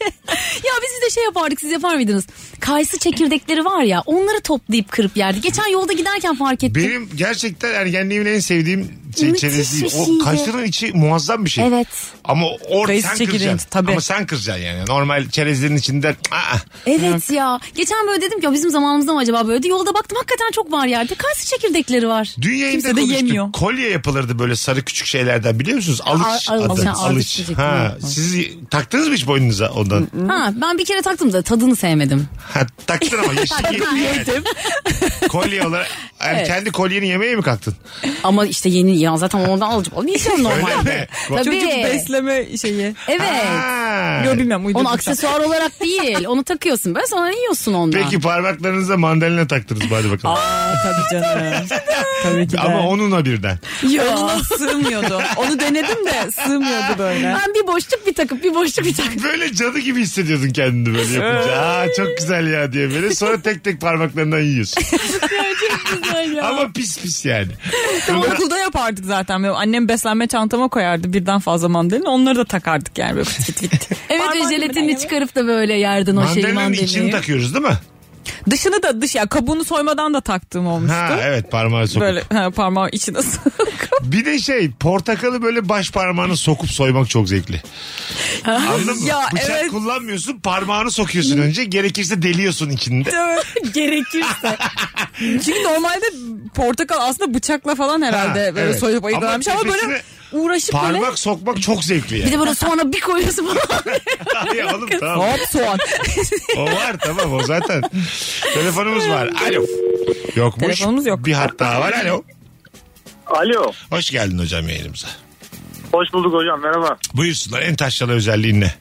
S4: Ya biz bir de şey yapardık siz yapar mıydınız? Kayısı çekirdekleri var ya onları toplayıp kırıp yerdik. Geçen yolda giderken fark ettim.
S3: Benim gerçekten ergenliğimin en sevdiğim Senin
S4: Müthiş
S3: çenesi değil.
S4: bir
S3: O
S4: şeydi.
S3: kaşının içi muazzam bir şey.
S4: Evet.
S3: Ama or
S5: Kayısı
S3: sen
S5: çekilince,
S3: kıracaksın.
S5: tabii.
S3: Ama sen kıracaksın yani. Normal çerezlerin içinde aa,
S4: Evet ya. Geçen böyle dedim ki "Ya bizim zamanımızda mı acaba böyle? Yolda baktım hakikaten çok var yerde. Kayısı çekirdekleri var.
S3: Dünyayı
S5: Kimse
S3: da
S5: de
S3: konuştuk.
S5: yemiyor.
S3: Kolye yapılırdı böyle sarı küçük şeylerden biliyor musunuz? Alıç
S4: Al- al-
S3: adı.
S4: sen
S3: Alıç.
S4: ardıç diyecektin,
S3: Ha,
S4: evet.
S3: siz taktınız mı hiç boynunuza ondan?
S4: Ha ben bir kere taktım da tadını sevmedim.
S3: Ha, taktın ama yeşil yedim. kolye olarak. Yani
S4: Evet.
S3: Kendi kolyeni yemeye mi kalktın?
S4: Ama işte yeni ya zaten ondan alacağım. Ne yiyeceğim
S3: Öyle mi?
S4: normalde? Tabii.
S5: Çocuk besleme şeyi.
S4: Evet.
S3: Ha.
S5: Yok bilmiyorum uydurdum.
S4: Onu
S5: sen.
S4: aksesuar olarak değil. Onu takıyorsun böyle sonra yiyorsun ondan.
S3: Peki parmaklarınıza mandalina taktınız bari bakalım.
S5: Aa, tabii canım. tabii ki de.
S3: Ama onunla birden.
S4: Yo.
S5: Onunla sığmıyordu. Onu denedim de sığmıyordu böyle.
S4: Ben bir boşluk bir takıp bir boşluk bir takıp.
S3: Böyle cadı gibi hissediyordun kendini böyle yapınca. Aa, çok güzel ya diye böyle. Sonra tek tek parmaklarından yiyorsun.
S4: Güzel ya.
S3: Ama pis pis yani.
S5: Okulda yapardık zaten. Benim annem beslenme çantama koyardı birden fazla mandalina. Onları da takardık yani böyle fit fit.
S4: Evet ve
S5: Parmağını bile-
S4: jelatinini çıkarıp da böyle yerden o şeyi
S3: Mandalina'nın içini
S4: mandalini.
S3: takıyoruz değil mi?
S5: Dışını da dış ya kabuğunu soymadan da taktığım olmuştu.
S3: Ha evet parmağı sokup.
S5: Böyle ha, parmağı içine sokup.
S3: Bir de şey portakalı böyle baş parmağını sokup soymak çok zevkli. Anladın mı?
S5: Ya,
S3: Bıçak
S5: evet.
S3: kullanmıyorsun parmağını sokuyorsun önce gerekirse deliyorsun içinde.
S4: Gerekirse.
S5: Çünkü normalde portakal aslında bıçakla falan herhalde
S3: Ha,
S5: böyle
S3: evet.
S5: soyup
S3: Ama
S5: ayıklanmış ama,
S3: tepesine
S5: böyle uğraşıp böyle
S3: Parmak sokmak çok zevkli
S4: Bir
S3: yani.
S4: de böyle sonra bir koyuyorsun falan.
S3: ya oğlum tamam.
S5: hop soğan.
S3: O var tamam o zaten. Telefonumuz var. Alo. Yokmuş.
S5: Telefonumuz yok.
S3: Bir hat daha var. Alo.
S6: Alo.
S3: Hoş geldin hocam yayınımıza.
S6: Hoş bulduk hocam merhaba.
S3: Buyursunlar en taşralı özelliğin ne?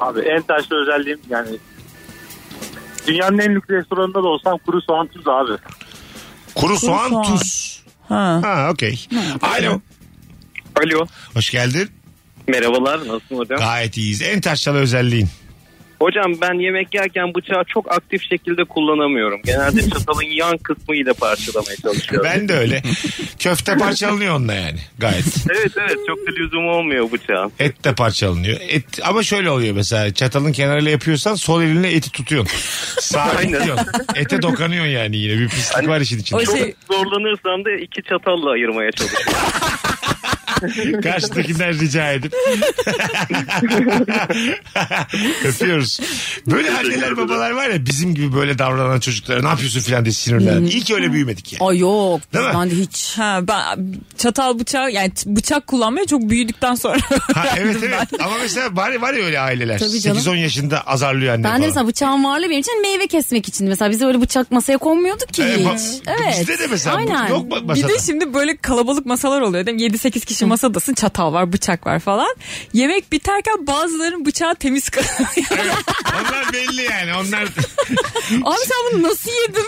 S6: Abi en taşlı özelliğim yani dünyanın en lüks restoranında da olsam kuru soğan tuz abi.
S3: Kuru soğan,
S5: soğan.
S3: tuz.
S5: Ha.
S3: Ha okey. Alo.
S6: Alo.
S3: Hoş geldin.
S6: Merhabalar nasılsın hocam?
S3: Gayet iyiyiz. En taşralı özelliğin.
S6: Hocam ben yemek yerken bıçağı çok aktif şekilde kullanamıyorum. Genelde çatalın yan kısmıyla parçalamaya çalışıyorum.
S3: Ben de öyle. Köfte parçalanıyor onunla yani gayet.
S6: Evet evet çok da lüzumu olmuyor bıçağın.
S3: Et de parçalanıyor. Et, ama şöyle oluyor mesela çatalın kenarıyla yapıyorsan sol elinle eti tutuyorsun. Sağ
S6: Aynen.
S3: tutuyorsun. Ete dokanıyorsun yani yine bir pislik var işin içinde.
S5: O şey
S6: Zorlanırsam da iki çatalla ayırmaya çalışıyorum.
S3: Karşıdakinden rica edip. Öpüyoruz. Böyle anneler babalar var ya bizim gibi böyle davranan çocuklara ne yapıyorsun filan diye
S4: Hmm.
S3: sinirlenir. İyi ki öyle büyümedik yani.
S4: Ay yok.
S3: Değil mi?
S4: Ben de hiç.
S5: ha, ben çatal bıçağı yani t- bıçak kullanmaya çok büyüdükten sonra
S3: Ha, evet
S5: öğrendim
S3: evet ama mesela var ya, var ya öyle aileler
S4: Tabii canım.
S3: 8-10 yaşında azarlıyor anne
S4: Ben de
S3: falan.
S4: mesela bıçağım varlı benim için meyve kesmek için. Mesela bize öyle bıçak masaya konmuyordu ki
S3: Ee,
S4: hiç.
S3: ba-
S4: Evet.
S3: Bizde de mesela bu-
S4: Aynen.
S3: yok bak
S5: Bir
S3: masada.
S5: de şimdi böyle kalabalık masalar oluyor değil mi? 7-8 kişi masadasın çatal var bıçak var falan. Yemek biterken bazıların bıçağı temiz kalıyor.
S4: şey-
S3: Onlar belli yani onlar
S5: Abi sen bunu nasıl yedin?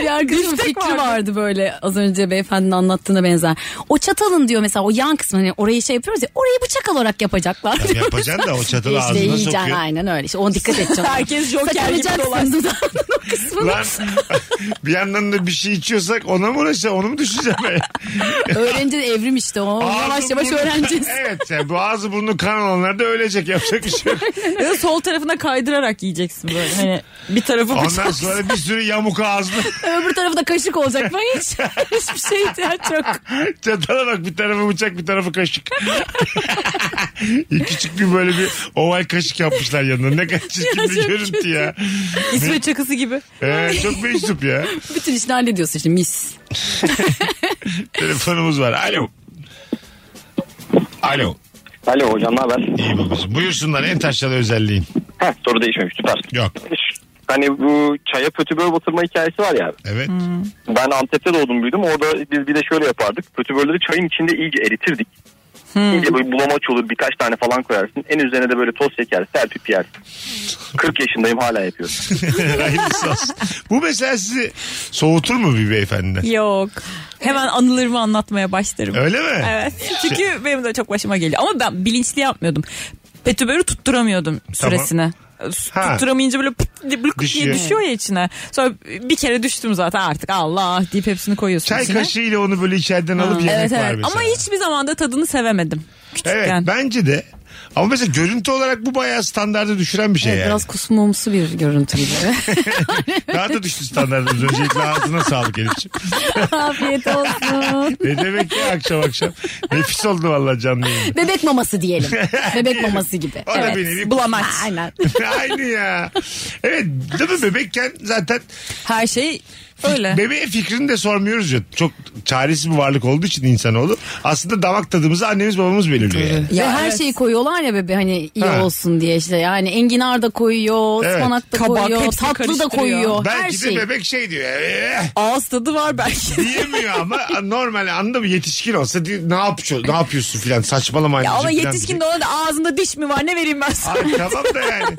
S4: bir arkadaşımın
S5: Biftek
S4: fikri
S5: vardı.
S4: vardı. böyle az önce beyefendinin anlattığına benzer. O çatalın diyor mesela o yan kısmı hani orayı şey yapıyoruz ya orayı bıçak olarak yapacaklar. diyor.
S3: yapacaksın da o çatalı
S4: İşte
S3: ağzına
S4: yiyeceksin
S3: sokuyor.
S4: aynen öyle. İşte ona dikkat edeceksin.
S5: Herkes joker gibi
S4: Sakınacaksın
S5: dolaşsın.
S4: dudağının o kısmını.
S3: Lan bir yandan da bir şey içiyorsak ona mı uğraşacağım onu mu düşeceğim ben?
S4: Öğrenci evrim işte o. yavaş
S3: Ağzı
S4: yavaş
S3: burnu-
S4: öğreneceğiz.
S3: evet yani bu ağzı burnu kan olanlar da ölecek yapacak bir şey yok.
S5: Ya da sol tarafına kaydırarak yiyeceksin böyle. Hani bir tarafı
S3: Ondan
S5: bıçak.
S3: sonra bir sürü yamuk ağızlı
S4: Öbür tarafı da kaşık olacak. Ben hiç hiçbir şey ihtiyaç yok.
S3: çatala bak bir tarafı bıçak bir tarafı kaşık. Küçük bir böyle bir oval kaşık yapmışlar yanına. Ne kadar çirkin
S5: Ya
S3: bir
S5: çok
S3: görüntü
S5: kötü.
S3: ya.
S5: İsveç çakısı gibi.
S3: Ee, çok meczup ya.
S4: Bütün işini hallediyorsun şimdi mis.
S3: Telefonumuz var. Alo. Alo.
S7: Alo hocam ne haber?
S3: İyi babacığım. Buyursunlar en taşralı özelliğin.
S7: Heh, soru değişmemiş süper.
S3: Yok.
S7: Hani bu çaya pötübör batırma hikayesi var ya.
S3: Evet.
S5: Hmm.
S7: Ben Antep'te doğdum büyüdüm. Orada biz bir de şöyle yapardık. Pötübörleri çayın içinde iyice eritirdik.
S8: Hmm.
S7: İyice böyle bulamaç olur birkaç tane falan koyarsın. En üzerine de böyle toz şeker serpip yersin.
S8: Hmm.
S7: 40 yaşındayım hala yapıyorum.
S3: Hayırlısı olsun. Bu mesela sizi soğutur mu bir beyefendi?
S5: Yok. Hemen anılarımı anlatmaya başlarım.
S3: Öyle mi?
S5: Evet. Çünkü benim de çok başıma geliyor. Ama ben bilinçli yapmıyordum. Petibörü tutturamıyordum süresine.
S3: Ha.
S5: Tutturamayınca böyle pıt diye blık
S3: Düşüyor.
S5: diye düşüyor ya içine. Sonra bir kere düştüm zaten artık Allah deyip hepsini koyuyorsun
S3: Çay
S5: içine.
S3: kaşığıyla onu böyle içeriden alıp yemek
S5: Hmm, Evet
S3: var
S5: evet
S3: mesela.
S5: ama hiçbir zamanda tadını sevemedim.
S3: Evet
S5: küçükken.
S3: bence de Ama mesela görüntü olarak bu bayağı standardı düşüren
S5: E,
S3: bir şey yani.
S4: Biraz kusmumsu bir görüntü gibi.
S3: Daha da düştü standartımız. Öncelikle ağzına sağlık Elif'ciğim.
S4: Afiyet olsun.
S3: Ne demek ya akşam akşam. Nefis oldu vallahi canlı yayında.
S4: Bebek maması diyelim. Bebek maması gibi.
S3: O da
S4: evet.
S3: benim bir-
S4: Bulamaç. Aynen.
S3: Aynı ya. Evet değil mi bebekken zaten
S5: Her şey öyle.
S3: bebeğe fikrini de sormuyoruz ya. Çok çaresiz bir varlık olduğu için insanoğlu. Aslında damak tadımızı annemiz babamız belirliyor yani.
S4: Ve her şeyi koyuyorlar ya bebe hani iyi
S3: Ha.
S4: olsun diye işte. Yani enginar da koyuyor,
S3: Evet.
S4: ıspanak da
S5: Kabak
S4: koyuyor,
S5: hepsini
S4: tatlı da
S5: karıştırıyor.
S4: koyuyor. her
S3: Belki de
S4: şey.
S3: bebek şey diyor. "Eh!"
S5: Ağız tadı var belki.
S3: diyemiyor ama normal anında bir yetişkin olsa diyor, ne yapıyorsun ne yapıyorsun filan saçmalama
S5: Ya ama
S3: anneciğim" filan
S5: yetişkin de
S3: diyecek.
S5: ona da ağzında diş mi var ne vereyim ben sana
S3: Ay, tamam da yani.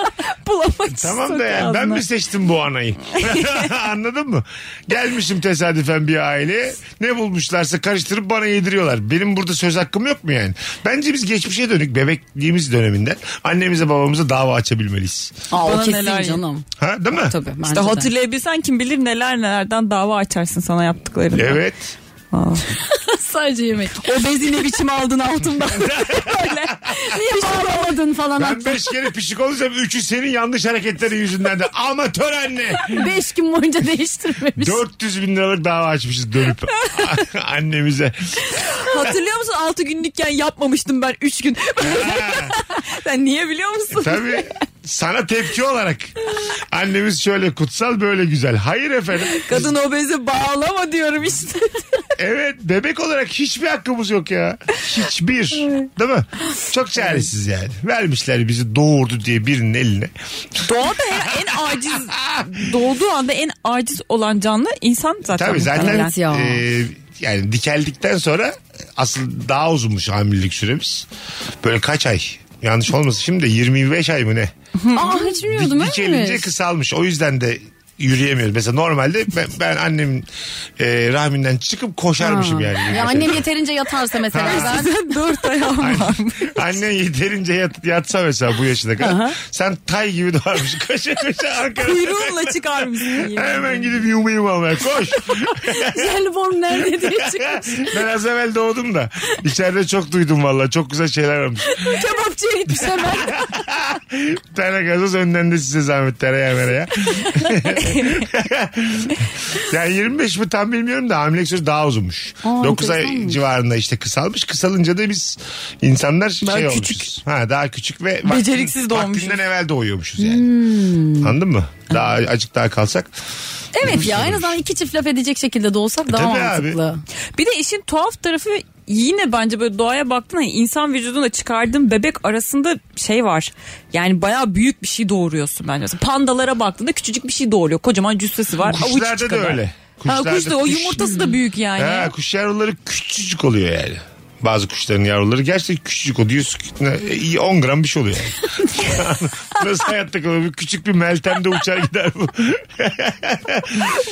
S5: bulamaç.
S3: Tamam da yani ben mi seçtim bu anayı? Anladın mı? Gelmişim tesadüfen bir aile. Ne bulmuşlarsa karıştırıp bana yediriyorlar. Benim burada söz hakkım yok mu yani? Bence biz geçmişe dönük bebekliğimiz döneminden annemize babamıza dava açabilmeliyiz.
S4: Aa, o
S5: Bana
S4: kesin
S5: neler-
S4: canım.
S3: Ha değil mi?
S4: Tabii. bence
S5: İşte
S4: de.
S5: hatırlayabilsen kim bilir neler nelerden dava açarsın sana yaptıklarını.
S3: Evet.
S4: Sadece yemek.
S5: O bezi ne biçim aldın altından. Böyle. şey
S4: Hiç bağlamadın falan.
S3: Ben beş kere pişik olacağım. Üçü senin yanlış hareketlerin yüzünden de. Amatör anne.
S4: Beş gün boyunca değiştirmemiş.
S3: 400 bin liralık dava açmışız dönüp annemize.
S5: Hatırlıyor musun 6 günlükken yapmamıştım ben 3 gün. Sen niye biliyor musun?
S3: Tabii sana tepki olarak annemiz şöyle kutsal böyle güzel. Hayır efendim.
S5: Kadın o bezi bağlama diyorum işte.
S3: Evet bebek olarak hiçbir hakkımız yok ya. Hiçbir. Değil mi? Çok çaresiz yani. Vermişler bizi doğurdu diye birinin eline.
S5: Doğada en, en aciz doğduğu anda en aciz olan canlı insan zaten.
S3: Tabii zaten
S4: Evet ya.
S3: e, yani dikeldikten sonra asıl daha uzunmuş hamilelik süremiz. Böyle kaç ay? Yanlış olmasın şimdi de 25 ay mı ne?
S4: Aa hiç bilmiyordum
S3: Dik- Dikelince
S4: öyleymiş.
S3: kısalmış. O yüzden de yürüyemiyoruz. Mesela normalde ben, ben annemin e, rahminden çıkıp koşarmışım
S4: Ha.
S3: yani.
S4: Ya annem yeterince yatarsa mesela ben
S5: Sizin dört ayağım var.
S3: Annen yeterince yat, yatsa mesela bu yaşına kadar. Sen tay gibi doğarmış. Koşa koşa Ankara'da.
S5: Kuyruğunla çıkar mısın?
S3: Hemen gidip yum yum almaya koş.
S4: jelibon nerede diye çıkmış.
S3: ben az evvel doğdum da. İçeride çok duydum valla. Çok güzel şeyler varmış.
S4: Kebapçıya gitmiş hemen.
S3: Bir tane gazoz önden de size zahmet tereyağı mereyağı. yani 25 mi tam bilmiyorum da hamilelik süresi daha uzunmuş. 9 ay
S4: enteresanmış.
S3: civarında işte kısalmış. Kısalınca da biz insanlar
S5: Daha
S3: şey
S5: küçük.
S3: olmuşuz. Ha, daha küçük ve vaktin-
S5: Beceriksiz doğmuşuz. Hmm.
S3: Vaktinden evvel doğuyormuşuz yani. Anladın mı? Daha acık daha kalsak.
S4: Evet ya en azından iki çift laf edecek şekilde de olsak daha
S3: şey tabii abi.
S4: mantıklı.
S5: Bir de işin tuhaf tarafı yine bence böyle doğaya baktın hani insan vücuduna çıkardığın bebek arasında şey var. Yani bayağı büyük bir şey doğuruyorsun bence. Mesela Pandalara baktığında küçücük bir şey doğuruyor. Kocaman cüssesi var. avuç içi
S3: Kuşlarda da
S5: kadar.
S3: öyle.
S5: Ha,
S3: Kuşlarda
S5: kuş da o
S3: kuş-
S5: yumurtası da büyük yani.
S4: Hani?
S3: Ha, kuş yavruları küçücük oluyor yani. Bazı kuşların yavruları gerçekten küçücük oluyor. 10 gram bir şey oluyor. yani. Nasıl hayatta kalıyor? Bir küçük bir meltem de uçar gider bu.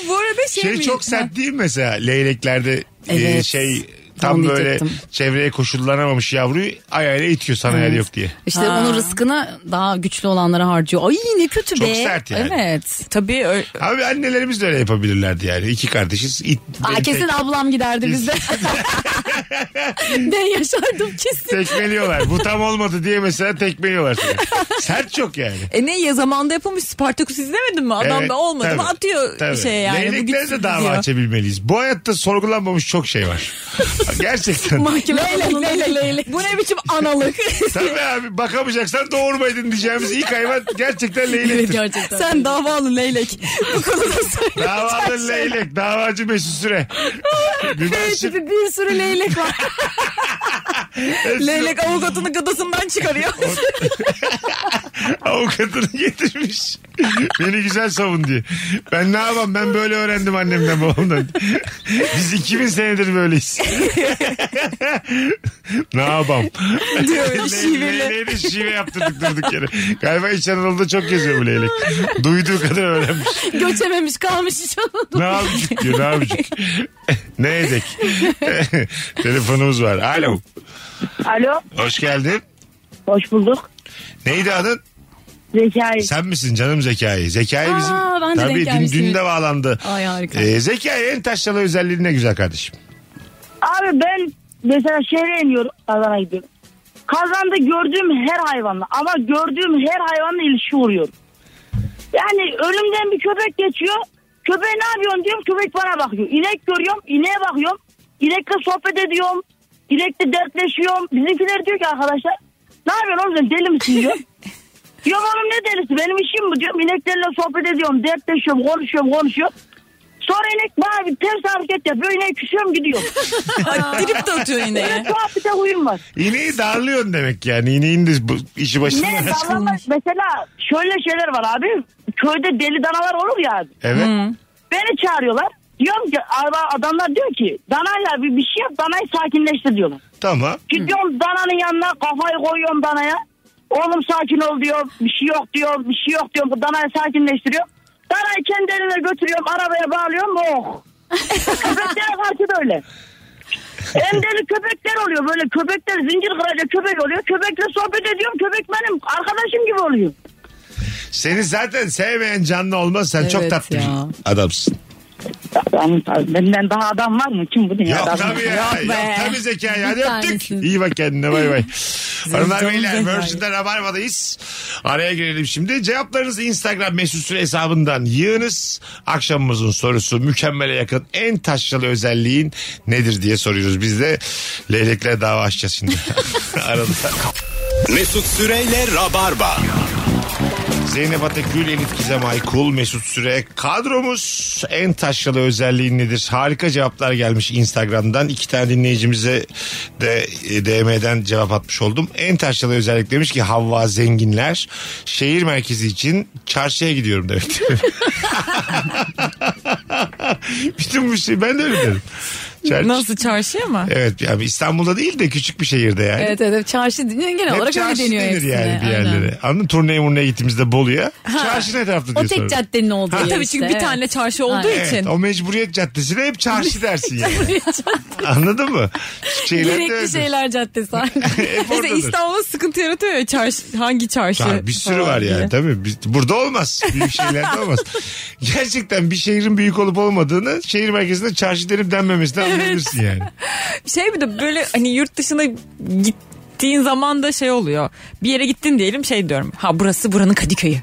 S5: Bu arada şey,
S3: Şey
S5: mi?
S3: çok sert değil mi mesela? Leyleklerde e,
S4: Evet.
S3: şey tam
S4: Tam
S3: böyle
S4: diyecektim.
S3: çevreye koşullanamamış yavruyu ayağıyla itiyor sana yer yok diye.
S4: İşte onun rızkını daha güçlü olanlara harcıyor. Ay ne kötü
S3: Çok
S4: be.
S3: sert yani.
S4: Evet.
S5: Tabii ö-
S3: Abi annelerimiz de öyle yapabilirlerdi yani. İki kardeşiz. It,
S4: Aa,
S3: beni
S4: kesin ablam giderdi bizde. ben yaşardım kesin.
S3: tek- tekmeliyorlar. Bu tam olmadı diye mesela tekmeliyorlar seni. Sert çok yani.
S5: E ne ya zamanında yapılmış Spartacus izlemedin mi? Adam
S3: Evet,
S5: da olmadı mı
S3: tabii,
S5: atıyor
S3: tabii.
S5: şey yani. bu
S3: Leyleklere
S5: gitsin
S3: de dava
S5: diyor.
S3: açabilmeliyiz. Bu hayatta sorgulanmamış çok şey var. Gerçekten.
S5: Leylek leylek leylek. Bu ne biçim analık?
S3: Tabii abi bakamayacaksan doğurmaydın diyeceğimiz ilk hayvan gerçekten
S4: Evet
S3: leylektir.
S4: gerçekten.
S5: Sen davalı leylek. Bu konuda söyle.
S3: Davalı leylek. Davacı Mesut Süre. Bir başlık.
S4: Tipi bir sürü leylek var.
S5: Leylek avukatını gıdasından çıkarıyor.
S3: Avukatını getirmiş. Beni güzel savun diye. Ben ne yapayım ben böyle öğrendim annemden babamdan. Biz 2000 senedir böyleyiz. ne yapayım?
S5: Diyor böyle
S3: Le-
S5: şiveli.
S3: Leyleğe de şive yaptırdık durduk yere. Galiba İç Anadolu'da çok geziyor bu leylek. Duyduğu kadar öğrenmiş.
S4: Göçememiş kalmış hiç
S3: Ne yapacak diyor ne yapacak. ne edek? Telefonumuz var. Alo.
S8: Alo,
S3: Hoş geldin.
S8: hoş bulduk.
S3: Neydi adın?
S8: Zekai.
S3: Sen misin canım Zekai? Zekai
S4: Aa,
S3: bizim
S4: ben de denk
S3: tabii dün,
S4: gelmiştim.
S3: dün de bağlandı.
S4: Ay, harika.
S3: Ee, Zekai en taşralı özelliği ne güzel kardeşim.
S8: Abi ben mesela şehre iniyorum Adana'ya gidiyorum.
S10: Kazanda gördüğüm her hayvanla ama gördüğüm her hayvanla ilişki vuruyorum. Yani önümden bir köpek geçiyor. Köpeğe ne yapıyorsun diyorum köpek bana bakıyor. İnek görüyorum ineğe bakıyorum. İnekle sohbet ediyorum. İnekle dertleşiyorum. Bizimkiler diyor ki arkadaşlar ne yapıyorsun oğlum sen deli misin diyor. diyorum oğlum ne delisi benim işim bu diyorum. İneklerle sohbet ediyorum dertleşiyorum konuşuyorum konuşuyorum. Sonra inek bana bir ters hareket yapıyor. İneğe küsüyorum gidiyorum.
S5: Trip de atıyor ineğe.
S10: Böyle tuhaf bir de huyum var.
S3: İneği darlıyorsun demek yani. İneğin de bu işi başında.
S10: Ne dallamak mesela şöyle şeyler var abi. Köyde deli danalar olur ya. abi.
S3: evet.
S10: Beni çağırıyorlar. Diyorum ki "Abi, adamlar diyor ki danayla bir, bir şey yap danayı sakinleştir diyorlar.
S3: Tamam.
S10: Gidiyorum dananın yanına kafayı koyuyorum danaya. Oğlum sakin ol diyor. Bir şey yok diyor. Bir şey yok diyor. Bu Danayı sakinleştiriyor. Danayı kendi eline götürüyorum. Arabaya bağlıyorum. Oh. Köpekler karşı böyle. Hem deli köpekler oluyor böyle köpekler zincir kıracak köpek oluyor. Köpekle sohbet ediyorum köpek benim arkadaşım gibi oluyor.
S3: Seni zaten sevmeyen canlı olmaz. Sen çok
S4: Evet
S3: tatlı
S4: ya.
S3: bir adamsın.
S10: Adam, benden daha adam var mı? Kim bu dünyada?
S3: Yok
S10: adam?
S3: tabii ya. Yok,
S5: Yok be.
S3: tabii zekayı. Hadi
S4: Bir
S3: öptük.
S4: tanesin.
S3: İyi bak kendine bay bay. Hanımlar
S5: canım
S3: beyler
S5: zekayı.
S3: Virgin'de Rabarba'dayız. Araya girelim şimdi. Cevaplarınızı Instagram mesut süre hesabından yığınız. Akşamımızın sorusu mükemmele yakın en taşralı özelliğin nedir diye soruyoruz. Biz de leylekler dava açacağız şimdi. Arada.
S2: Mesut Süreyle Rabarba.
S3: Zeynep Atakül, Elif Gizem Aykul, Mesut Süre. Kadromuz en taşralı özelliği nedir? Harika cevaplar gelmiş Instagram'dan. İki tane dinleyicimize de e, DM'den cevap atmış oldum. En taşralı özellik demiş ki Havva zenginler. Şehir merkezi için çarşıya gidiyorum demek. Bütün bu şey ben de öyle derim. Çarşı.
S5: Nasıl çarşıya mı?
S3: Evet yani İstanbul'da değil de küçük bir şehirde yani.
S4: Evet evet çarşı genel
S3: Hep
S4: olarak öyle
S3: çarşı
S4: deniyor
S3: denir
S4: hepsine.
S3: yani bir
S4: Aynen.
S3: yerlere. Anladın mı? turneye murneye gittiğimizde Bolu'ya. Çarşı ne tarafta diye
S4: O tek
S3: sorarım.
S4: caddenin olduğu yer
S5: E, Tabii
S4: işte,
S5: çünkü bir
S4: evet.
S5: tane çarşı olduğu
S4: Aynen.
S3: Evet,
S5: için.
S3: o mecburiyet caddesine hep çarşı dersin yani. Anladın mı? Şeyler de öyledir.
S4: Gerekli şeyler caddesi.
S3: hep
S5: Mesela
S3: oradadır.
S5: İstanbul'da sıkıntı yaratıyor ya çarşı, hangi çarşı?
S3: Ha, bir sürü
S5: falan
S3: var yani
S5: diye.
S3: tabii. Biz- Burada olmaz. Büyük şehirlerde olmaz. Gerçekten bir şehrin büyük olup olmadığını şehir merkezinde çarşı denip denmemesinden anlayabilirsin yani.
S5: Şey bir de böyle hani yurt dışına gittiğin zaman da şey oluyor. Bir yere gittin diyelim şey diyorum. Ha burası buranın Kadıköy'ü.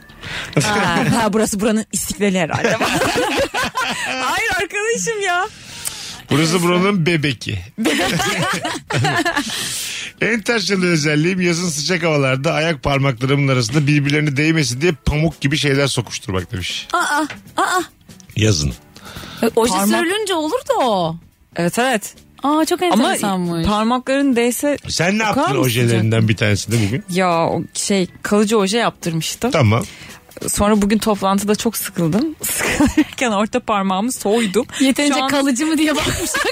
S5: ha, ha, burası buranın istiklali herhalde. Hayır arkadaşım ya.
S3: Burası buranın bebeki. en taşralı özelliğim yazın sıcak havalarda ayak parmaklarımın arasında birbirlerine değmesin diye pamuk gibi şeyler sokuşturmak demiş. Aa, aa. Yazın.
S4: Oje
S5: Parmak-
S4: sürülünce olur da o.
S5: Evet evet.
S4: Aa çok
S5: Ama
S4: enteresanmış.
S5: parmakların değse
S3: Sen ne
S5: Kokar
S3: yaptın
S5: mı
S3: ojelerinden bir tanesini bugün?
S5: ya o şey kalıcı oje yaptırmıştım.
S3: Tamam.
S5: Sonra bugün toplantıda çok sıkıldım. Sıkılırken orta parmağımı soydum.
S4: Yeterince
S5: Şu an-
S4: kalıcı mı diye bakmışlar.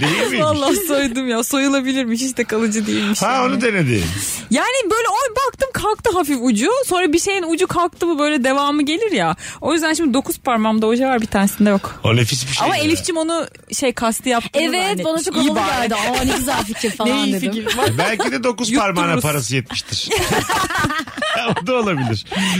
S3: Değil miymiş?
S5: Vallahi soydum ya. Soyulabilirmiş hiç de kalıcı değilmiş.
S3: Ha
S5: yani.
S3: onu denedi.
S5: Yani böyle o baktım kalktı hafif ucu. Sonra bir şeyin ucu kalktı mı böyle devamı gelir ya. O yüzden şimdi dokuz parmağımda oje var bir tanesinde yok.
S3: O nefis bir şey.
S5: Ama
S3: ya.
S5: Elifçim onu şey kasti yaptı.
S4: evet bana çok havalı geldi. Aa ne güzel fikir
S5: Ne
S4: falan
S5: iyi
S4: dedim.
S5: fikir var.
S3: E, Belki de dokuz
S5: Yuttururuz.
S3: parmağına parası yetmiştir. o da olabilir.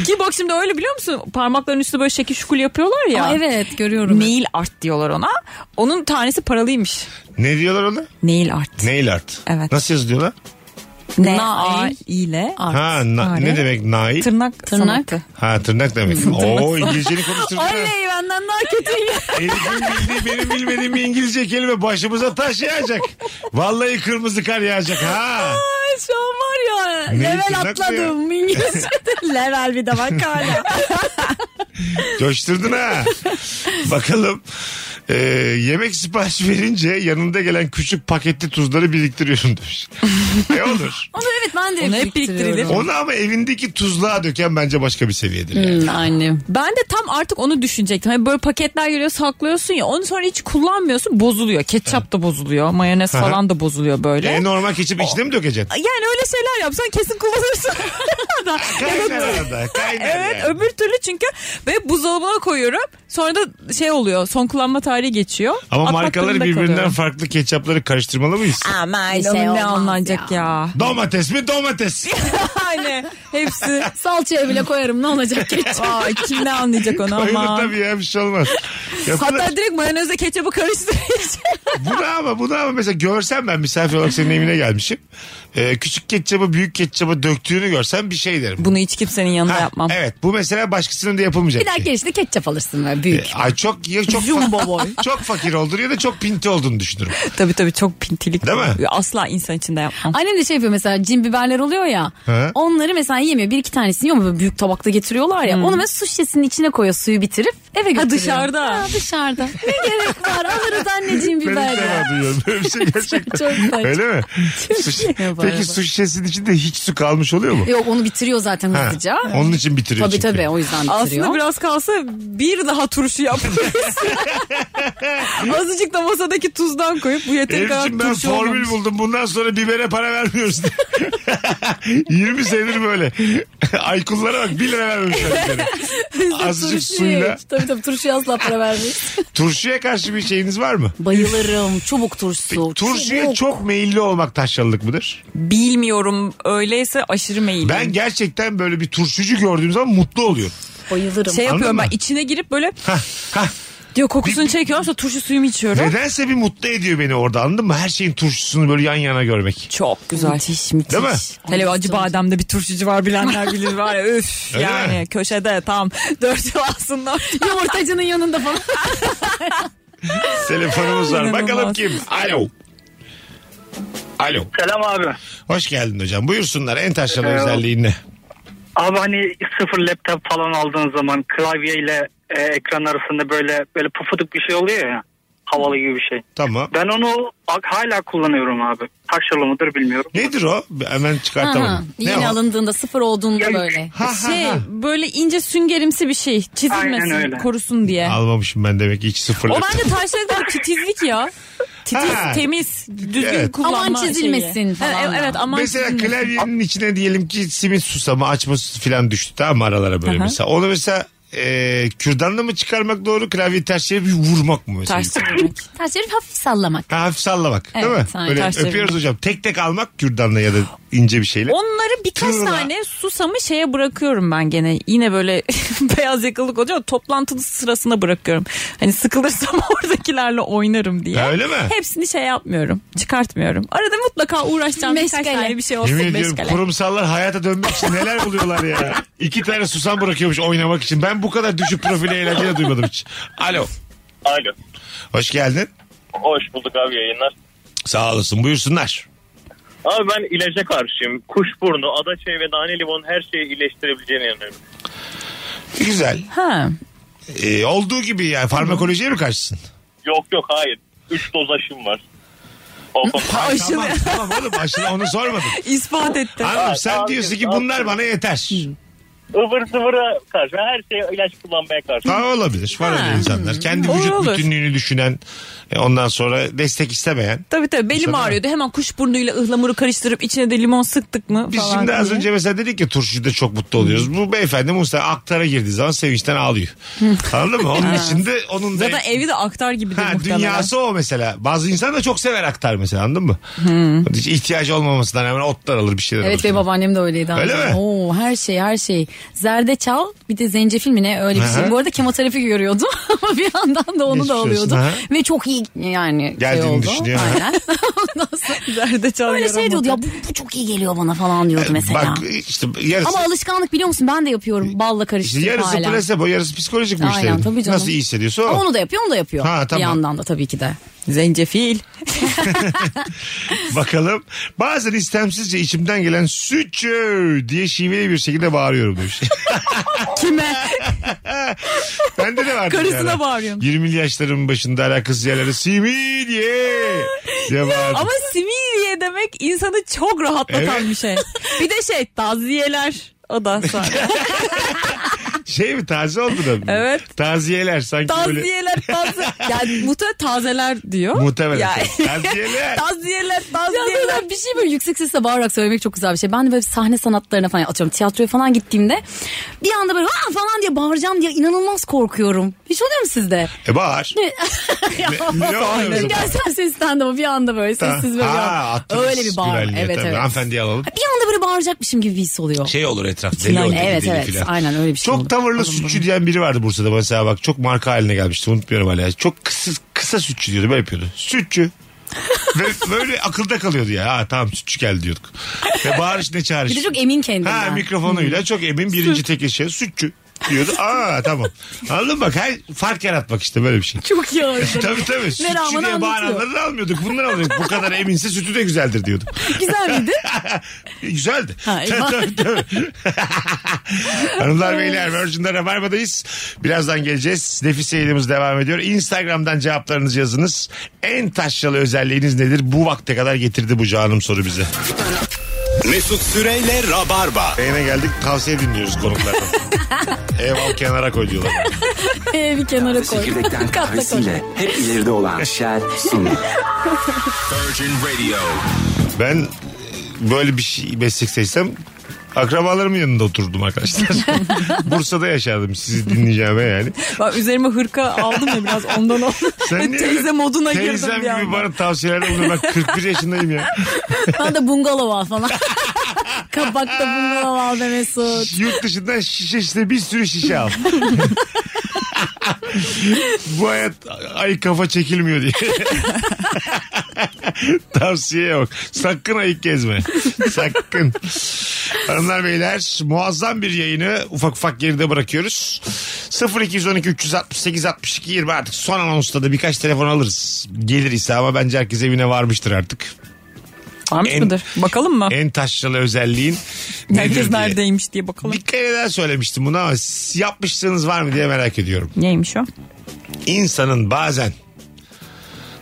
S5: Ki bak şimdi öyle biliyor musun? Parmakların üstü böyle şekil şukul yapıyorlar ya.
S4: Aa, evet görüyorum.
S5: Nail art diyorlar ona. Onun tanesi paralıymış.
S3: Ne diyorlar ona?
S5: Nail art.
S3: Nail art.
S5: Evet.
S3: Nasıl yazıyorlar?
S5: N A ile
S3: Ha, na-
S5: Art.
S3: ne demek nail?
S5: tırnak
S4: Tırnak.
S5: sanatı.
S3: ha tırnak demek. Oo İngilizceni konuşturdun. ha.
S4: Oley benden daha kötü.
S3: Elif'in bildiği benim bilmediğim bir İngilizce kelime başımıza taş yağacak. Vallahi kırmızı kar yağacak ha.
S4: Ay şu an var ya.
S3: Ne
S4: level
S3: tırnak
S4: atladım İngilizce'de. level bir de bak hala.
S3: Coşturdun ha. Bakalım. Ee, yemek sipariş verince yanında gelen küçük paketli tuzları biriktiriyorum demiş. ne olur.
S4: Onu evet ben de
S5: Onu
S4: hep
S5: hep
S4: biriktiririm.
S5: biriktirilir.
S3: Onu ama evindeki tuzluğa döken bence başka bir seviyedir. yani.
S4: Hmm, Annem.
S5: Ben de tam artık onu düşünecektim. Hani böyle paketler geliyor saklıyorsun ya onu sonra hiç kullanmıyorsun bozuluyor. Ketçap da bozuluyor. Mayonez
S3: Aha.
S5: falan da bozuluyor böyle.
S3: E normal keçip içine mi dökeceksin?
S5: Yani öyle şeyler yapsan kesin kullanırsın. Da-
S3: Kaynar arada. Kaynar
S5: evet
S3: yani.
S5: öbür türlü çünkü ve buzdolabına koyuyorum. Sonra da şey oluyor son kullanma ticari geçiyor.
S3: Ama
S5: Atmak
S3: markaları
S5: durumunda
S3: birbirinden
S5: kalıyorum.
S3: farklı ketçapları karıştırmalı mıyız?
S5: Ama
S4: işte
S5: ne
S4: olmaz
S5: anlanacak ya.
S3: Domates mi domates?
S5: yani hepsi.
S4: Salçaya bile koyarım ne olacak ketçap.
S5: Vay kim ne anlayacak onu
S3: Koyulur
S5: ama.
S3: tabii ya bir şey olmaz. Yapılır.
S5: Hatta direkt mayonezle ketçabı karıştıracak.
S3: Bu da ama bu da ama mesela görsem ben misafir olarak senin evine gelmişim. Ee, küçük ketçabı büyük ketçabı döktüğünü görsem bir şey derim.
S5: Bunu hiç kimsenin yanında
S3: Ha,
S5: yapmam.
S3: Evet bu mesela başkasının da yapılmayacak.
S4: Bir daha gelişte ketçap alırsın böyle büyük.
S3: Ee, Ay çok ya çok
S5: Jumbo boy.
S3: çok fakir olduğunu ya da çok pinti olduğunu düşünürüm.
S5: Tabii tabii çok pintilik.
S3: Değil mi?
S5: Asla insan içinde yapmam.
S4: Annem de şey yapıyor mesela cin biberler oluyor ya.
S3: He.
S4: Onları mesela yemiyor. Bir iki tanesini yiyor mu böyle büyük tabakta getiriyorlar ya. Onu mesela su şişesinin içine koyuyor suyu bitirip eve götürüyor.
S5: dışarıda.
S4: Ha, dışarıda. ne gerek var alırız anneciğim
S3: Ben ilk
S4: biberleri.
S3: defa duyuyorum böyle bir şey gerçekten.
S4: Çok saçma.
S3: Öyle mi? Su-
S4: saçma.
S3: Peki su şişesinin içinde hiç su kalmış oluyor mu?
S4: Yok onu bitiriyor zaten
S3: Ha,
S4: hızlıca.
S3: Onun için bitiriyor
S4: Tabii
S3: çünkü.
S4: tabii o yüzden bitiriyor.
S5: Aslında biraz kalsa bir daha turşu yaparız. Azıcık da masadaki tuzdan koyup bu yeteri kadar
S3: Evcim ben
S5: turşu
S3: formül
S5: olmamış.
S3: buldum. Bundan sonra bibere para vermiyoruz. 20 senedir böyle. Aykullara bak 1 lira vermemişler bibere. Azıcık
S4: Turşuyu
S3: suyla.
S4: hiç. Tabii tabii turşuya asla para vermeyiz.
S3: Turşuya karşı bir şeyiniz var mı?
S4: Bayılırım. Çubuk turşusu.
S3: Turşuya çok meyilli olmak taşralılık mıdır?
S5: Bilmiyorum öyleyse aşırı meyilliyim.
S3: Ben gerçekten böyle bir turşucu gördüğüm zaman mutlu oluyorum.
S4: Bayılırım.
S5: şey yapıyorum
S3: Anladın
S5: ben
S3: mı?
S5: içine girip böyle diyor kokusunu çekiyorum sonra turşu suyumu içiyorum.
S3: Nedense bir mutlu ediyor beni orada anladın mı? Her şeyin turşusunu böyle yan yana görmek.
S5: Çok güzel. Müthiş müthiş.
S3: Değil mi?
S5: Hele acı bademde bir turşucu var bilenler bilir var ya üf
S3: Öyle
S5: yani
S3: mi?
S5: köşede tam dört yıl aslında.
S4: Yumurtacının yanında falan.
S3: Telefonumuz var.
S5: İnanılmaz.
S3: Bakalım kim? Alo. Alo.
S9: Selam abi.
S3: Hoş geldin hocam. Buyursunlar en taşralı özelliğin ne?
S9: Abi hani sıfır laptop falan aldığın zaman klavye ile e, ekran arasında böyle böyle pufuduk bir şey oluyor ya. Havalı gibi bir şey.
S3: Tamam.
S9: Ben onu ak- hala kullanıyorum abi. Taşralı mıdır bilmiyorum.
S3: Nedir o? Hemen
S4: Aha,
S3: çıkartamadım. Ne
S4: yeni
S3: o?
S4: alındığında sıfır olduğunda böyle.
S3: Ha, ha,
S5: Şey
S3: ha.
S5: böyle ince süngerimsi bir şey
S9: Aynen
S5: çizilmesin
S9: öyle.
S5: korusun diye.
S3: Almamışım ben demek ki hiç sıfır.
S5: O bence taşlarda bir titizlik ya. Titiz,
S3: Ha.
S5: temiz, düzgün
S3: Evet.
S5: kullanma
S4: Aman çizilmesin
S5: şeyi.
S4: falan
S5: Evet,
S3: e,
S4: da.
S5: evet aman
S3: Mesela
S5: çizilmesin.
S3: klavyenin içine diyelim ki simit susamı açma susamı falan düştü tamam mı aralara böyle
S5: Aha.
S3: mesela. Onu mesela e, kürdanla mı çıkarmak doğru klavyeyi ters çevirip vurmak mı mesela?
S5: Ters çevirmek.
S4: Ters çevirip hafif sallamak.
S3: Ha, hafif sallamak değil
S5: Evet,
S3: mi?
S5: aynen,
S3: Böyle
S5: ters
S3: öpüyoruz
S5: çevirmek.
S3: hocam. Tek tek almak kürdanla ya da ince bir şeyle.
S5: Onları birkaç
S3: Tığla.
S5: tane susamı şeye bırakıyorum ben gene. Yine böyle beyaz yakalık oluyor. Toplantı sırasında bırakıyorum. Hani sıkılırsam oradakilerle oynarım diye.
S3: Ya öyle mi?
S5: Hepsini şey yapmıyorum. Çıkartmıyorum. Arada mutlaka uğraşacağım birkaç
S4: Meşgale.
S5: tane bir şey olsun.
S3: Yemin ediyorum
S5: meşgale.
S3: kurumsallar hayata dönmek için neler buluyorlar ya. İki tane susam bırakıyormuş oynamak için. Ben bu kadar düşük profil eğlence duymadım hiç. Alo.
S6: Alo.
S3: Hoş geldin.
S6: Hoş bulduk abi yayınlar.
S3: Sağ olasın buyursunlar.
S6: Abi ben ilaca karşıyım. Kuşburnu, adaçayı ve nane limon her şeyi iyileştirebileceğine inanıyorum.
S3: Güzel.
S5: Ha.
S3: Ee, olduğu gibi yani farmakolojiye mi karşısın?
S6: Yok yok hayır. 3 doz aşım var.
S3: Ay,
S5: aşılı.
S3: Tamam, tamam oğlum aşılı onu sormadım.
S5: İspat etti.
S3: Hanım sen
S6: abi,
S3: diyorsun ki
S6: abi.
S3: bunlar bana yeter.
S6: Ivır zıvıra karşı her şeye ilaç kullanmaya karşı.
S3: Tamam olabilir. Var öyle insanlar. Kendi
S5: Olur,
S3: vücut
S5: olur.
S3: bütünlüğünü düşünen e, ondan sonra destek istemeyen.
S5: Tabii tabii belim
S3: Sana-
S5: ağrıyordu. Hemen kuşburnuyla ıhlamuru karıştırıp içine de limon sıktık mı
S3: Biz
S5: falan
S3: şimdi az
S5: diye.
S3: önce mesela dedik ya turşuda çok mutlu oluyoruz. Bu beyefendi Musa aktara girdiği zaman sevinçten ağlıyor. Anladın mı? Onun için de onun da...
S5: Zaten evi de aktar gibidir
S3: Ha,
S5: muhtemelen.
S3: dünyası o mesela. Bazı insan da çok sever aktar mesela anladın mı? Hiç ihtiyacı olmamasından hemen otlar alır bir şeyler alır.
S4: Hmm. Evet benim babaannem de öyleydi.
S3: Öyle
S4: abi.
S3: mi?
S4: Oo, her şey her şey. Zerdeçal bir de zencefil mi ne öyle bir
S3: Aha.
S4: şey. Bu arada kemoterapi görüyordu ama bir yandan da onu da
S3: Geçmiş olsun.
S4: alıyordu.
S3: Aha.
S4: Ve çok iyi yani
S3: Geldiğini
S4: şey oldu.
S3: düşünüyor.
S4: Aynen.
S5: Zerdeçal
S4: öyle şey
S5: yaramadı.
S4: diyordu ya bu, bu çok iyi geliyor bana falan diyordu mesela.
S3: E, Bak işte yarısı...
S4: ama alışkanlık biliyor musun ben de yapıyorum balla
S3: İşte
S4: karıştırıp
S3: yarısı
S4: hala.
S3: placebo, yarısı psikolojik bu
S4: Aynen,
S3: işlerin.
S4: tabii canım.
S3: Nasıl iyi hissediyorsa o.
S4: Ama onu da yapıyor onu da yapıyor.
S3: Ha, tamam.
S4: Bir yandan da tabii ki de.
S5: Zencefil.
S3: Bakalım. Bazen istemsizce içimden gelen sütçü diye şiveli bir şekilde bağırıyorum demiş.
S5: Kime?
S3: Bende de vardı. bir
S5: Karısına
S3: ara.
S5: bağırıyorsun.
S3: 20'li yaşlarımın başında alakasız yerlere simi E diye. diye bağırdım.
S5: Ama similiye demek insanı çok rahatlatan
S3: Evet.
S5: bir şey. Bir de şey taziyeler. O da sonra.
S3: Şey mi taze oldu da?
S5: Evet.
S3: Taziyeler sanki böyle.
S5: taziyeler taze. Yani muhtemelen tazeler diyor.
S3: Muhtemelen.
S5: Ya-
S3: Taziyeler.
S5: taziyeler
S4: Ya
S5: taziyeler.
S4: böyle bir şey böyle yüksek sesle bağırarak söylemek çok güzel bir şey. Ben de böyle sahne sanatlarına falan atıyorum tiyatroya falan gittiğimde bir anda böyle "Aa!" falan diye bağıracağım diye inanılmaz korkuyorum. Hiç oluyor mu sizde?
S3: E bağır.
S4: Ya,
S3: ne oluyor bizim?
S4: Gerçekten ses stand-up'a bir anda böyle sessiz böyle.
S3: Ha, attınız
S4: öyle bir bağır.
S3: güvenliğe
S4: Evet
S3: tabii.
S4: evet.
S3: Hanımefendiyi alalım.
S4: Bir anda böyle bağıracakmışım gibi bir his oluyor.
S3: Şey olur etraf deli olur.
S4: evet
S3: deli
S4: evet
S3: filan.
S4: aynen öyle bir şey
S3: Çok
S4: oldu.
S3: tavırlı
S4: Alın bunu.
S3: sütçü diyen biri vardı Bursa'da mesela bak çok marka haline gelmişti unutmuyorum hala. Çok kısa, kısa sütçü diyordu böyle yapıyordu. Sütçü. Ve böyle akılda kalıyordu ya. Ha tamam sütçü geldi diyorduk. Ve bağırış ne çağırış.
S4: Bir de çok emin Hmm. kendinden.
S3: Ha mikrofonuyla çok emin birinci tek eşeği sütçü diyordu. Aa tamam. Anladın mı? bak her fark yaratmak işte böyle bir şey.
S4: Çok iyi oldu.
S3: Tabii tabii. Sütçü
S4: rağmen
S3: diye
S4: anlatıyor.
S3: bağıranları da almıyorduk. Bunlar alıyorduk. Bu kadar eminse sütü de güzeldir diyorduk.
S4: Güzel miydi?
S3: E, Güzeldi.
S4: Ha, eyvah.
S3: Tabii, tabii. Hanımlar beyler Virgin'de Rabarba'dayız. Birazdan geleceğiz. Nefis yayınımız devam ediyor. Instagram'dan cevaplarınızı yazınız. En taşralı özelliğiniz nedir? Bu vakte kadar getirdi bu canım soru bize.
S2: Mesut Süreyle Rabarba.
S3: Yayına geldik. Tavsiye dinliyoruz konuklardan. Ev al kenara koy diyorlar.
S4: Ee, bir kenara koy.
S11: Çekirdekten
S4: Katla koy.
S11: kahvesiyle hep ileride olan Şer sunar.
S2: Virgin Radio.
S3: Ben e, böyle bir şey meslek seçsem akrabalarımın yanında oturdum arkadaşlar. Bursa'da yaşardım sizi dinleyeceğime yani.
S5: Bak üzerime hırka aldım ya biraz ondan oldu.
S3: Sen niye
S5: Teyze
S3: öyle-
S5: moduna
S3: Teyzem
S5: girdim bir
S3: gibi
S5: anda.
S3: bana tavsiyelerde bulunuyor. Ben 41 yaşındayım ya.
S4: Ben de bungalov al falan. Kabakta bungalov al be Mesut.
S3: Yurt dışından şişe işte bir sürü şişe al. Bu hayat ay kafa çekilmiyor diye. Tavsiye yok. Sakın ayık gezme. Sakın. Hanımlar beyler muazzam bir yayını ufak ufak geride bırakıyoruz. 0212 368 62 20 artık son anonsta da birkaç telefon alırız. Gelir ise ama bence herkes evine varmıştır artık.
S5: Varmış
S3: En-
S5: mıdır? Bakalım mı?
S3: En taşralı özelliğin nedir
S5: Ah. Herkes
S3: diye.
S5: neredeymiş diye bakalım.
S3: Bir kere daha söylemiştim bunu ama siz yapmışsınız var mı diye merak ediyorum.
S5: Neymiş o?
S3: İnsanın bazen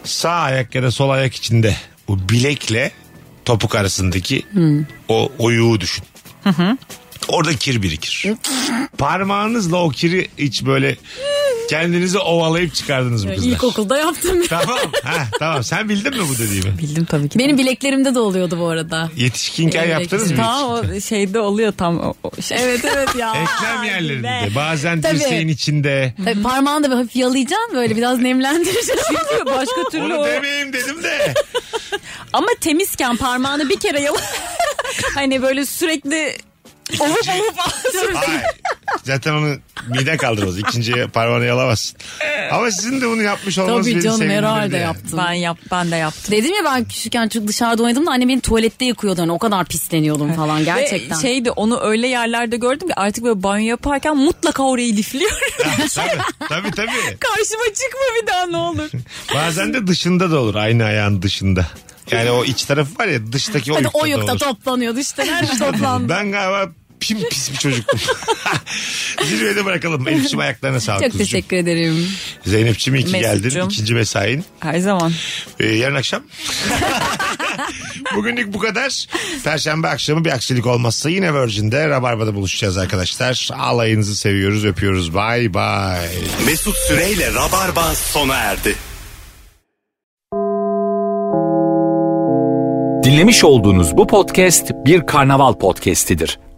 S3: sağ ayak ya da sol ayak içinde bu bilekle topuk arasındaki o oyuğu düşün. Orada kir birikir. Parmağınızla o kiri hiç böyle kendinizi ovalayıp çıkardınız mı kızlar?
S4: İlkokulda yaptım.
S3: Tamam. Ha, tamam. Sen bildin mi bu dediğimi?
S5: Bildim tabii ki.
S4: Benim bileklerimde de oluyordu bu arada.
S3: Yetişkinken
S4: Evet,
S3: yaptınız mı?
S5: Ta o şeyde oluyor tam o, o şey.
S4: Evet evet ya.
S3: Eklem yerlerinde. Bazen
S4: Tabii.
S3: dirseğin içinde.
S4: Tabii E, parmağını da böyle hafif yalayacaksın böyle biraz nemlendireceksin.
S5: Çünkü başka türlü
S3: Onu
S5: o.
S3: demeyeyim dedim de.
S5: Ama temizken parmağını bir kere yala. hani böyle sürekli ovup ovup
S3: Hayır. Zaten onu mide kaldırmaz. İkinciye parmağını yalamazsın. Ama sizin de bunu yapmış olmanız
S4: Tabii
S3: beni
S4: canım
S3: sevindirdi
S4: herhalde
S3: yani.
S4: yaptım.
S5: Ben yap ben de yaptım.
S4: Dedim ya ben küçükken çok dışarıda oynadım da annem beni tuvalette yıkıyordu. Hani o kadar pisleniyordum falan gerçekten.
S5: Ve şey- şeydi onu öyle yerlerde gördüm ki artık böyle banyo yaparken mutlaka orayı lifliyorum.
S3: Tabii, tabii tabii.
S5: Karşıma çıkma bir daha ne olur.
S3: Bazen de dışında da olur. Aynı ayağın dışında. Yani o iç tarafı var ya dıştaki o
S4: Hadi o
S3: yukta da
S4: yokta
S3: olur.
S4: toplanıyordu işte nerede toplandı.
S3: Ben galiba pim pis bir çocuktum. Zirvede bırakalım. Elif'ciğim ayaklarına sağlık
S4: Çok
S3: kuzucuğum.
S4: teşekkür ederim.
S3: Zeynep'ciğim iyi ki geldin.
S5: Mesut'cum.
S3: İkinci mesain.
S5: Her zaman.
S3: Ee, yarın akşam. Bugünlük bu kadar. Perşembe akşamı bir aksilik olmazsa yine Virgin'de Rabarba'da buluşacağız arkadaşlar. Alayınızı seviyoruz, öpüyoruz. Bay bay.
S2: Mesut Süreyle Rabarba sona erdi.
S1: Dinlemiş olduğunuz bu podcast bir karnaval podcastidir.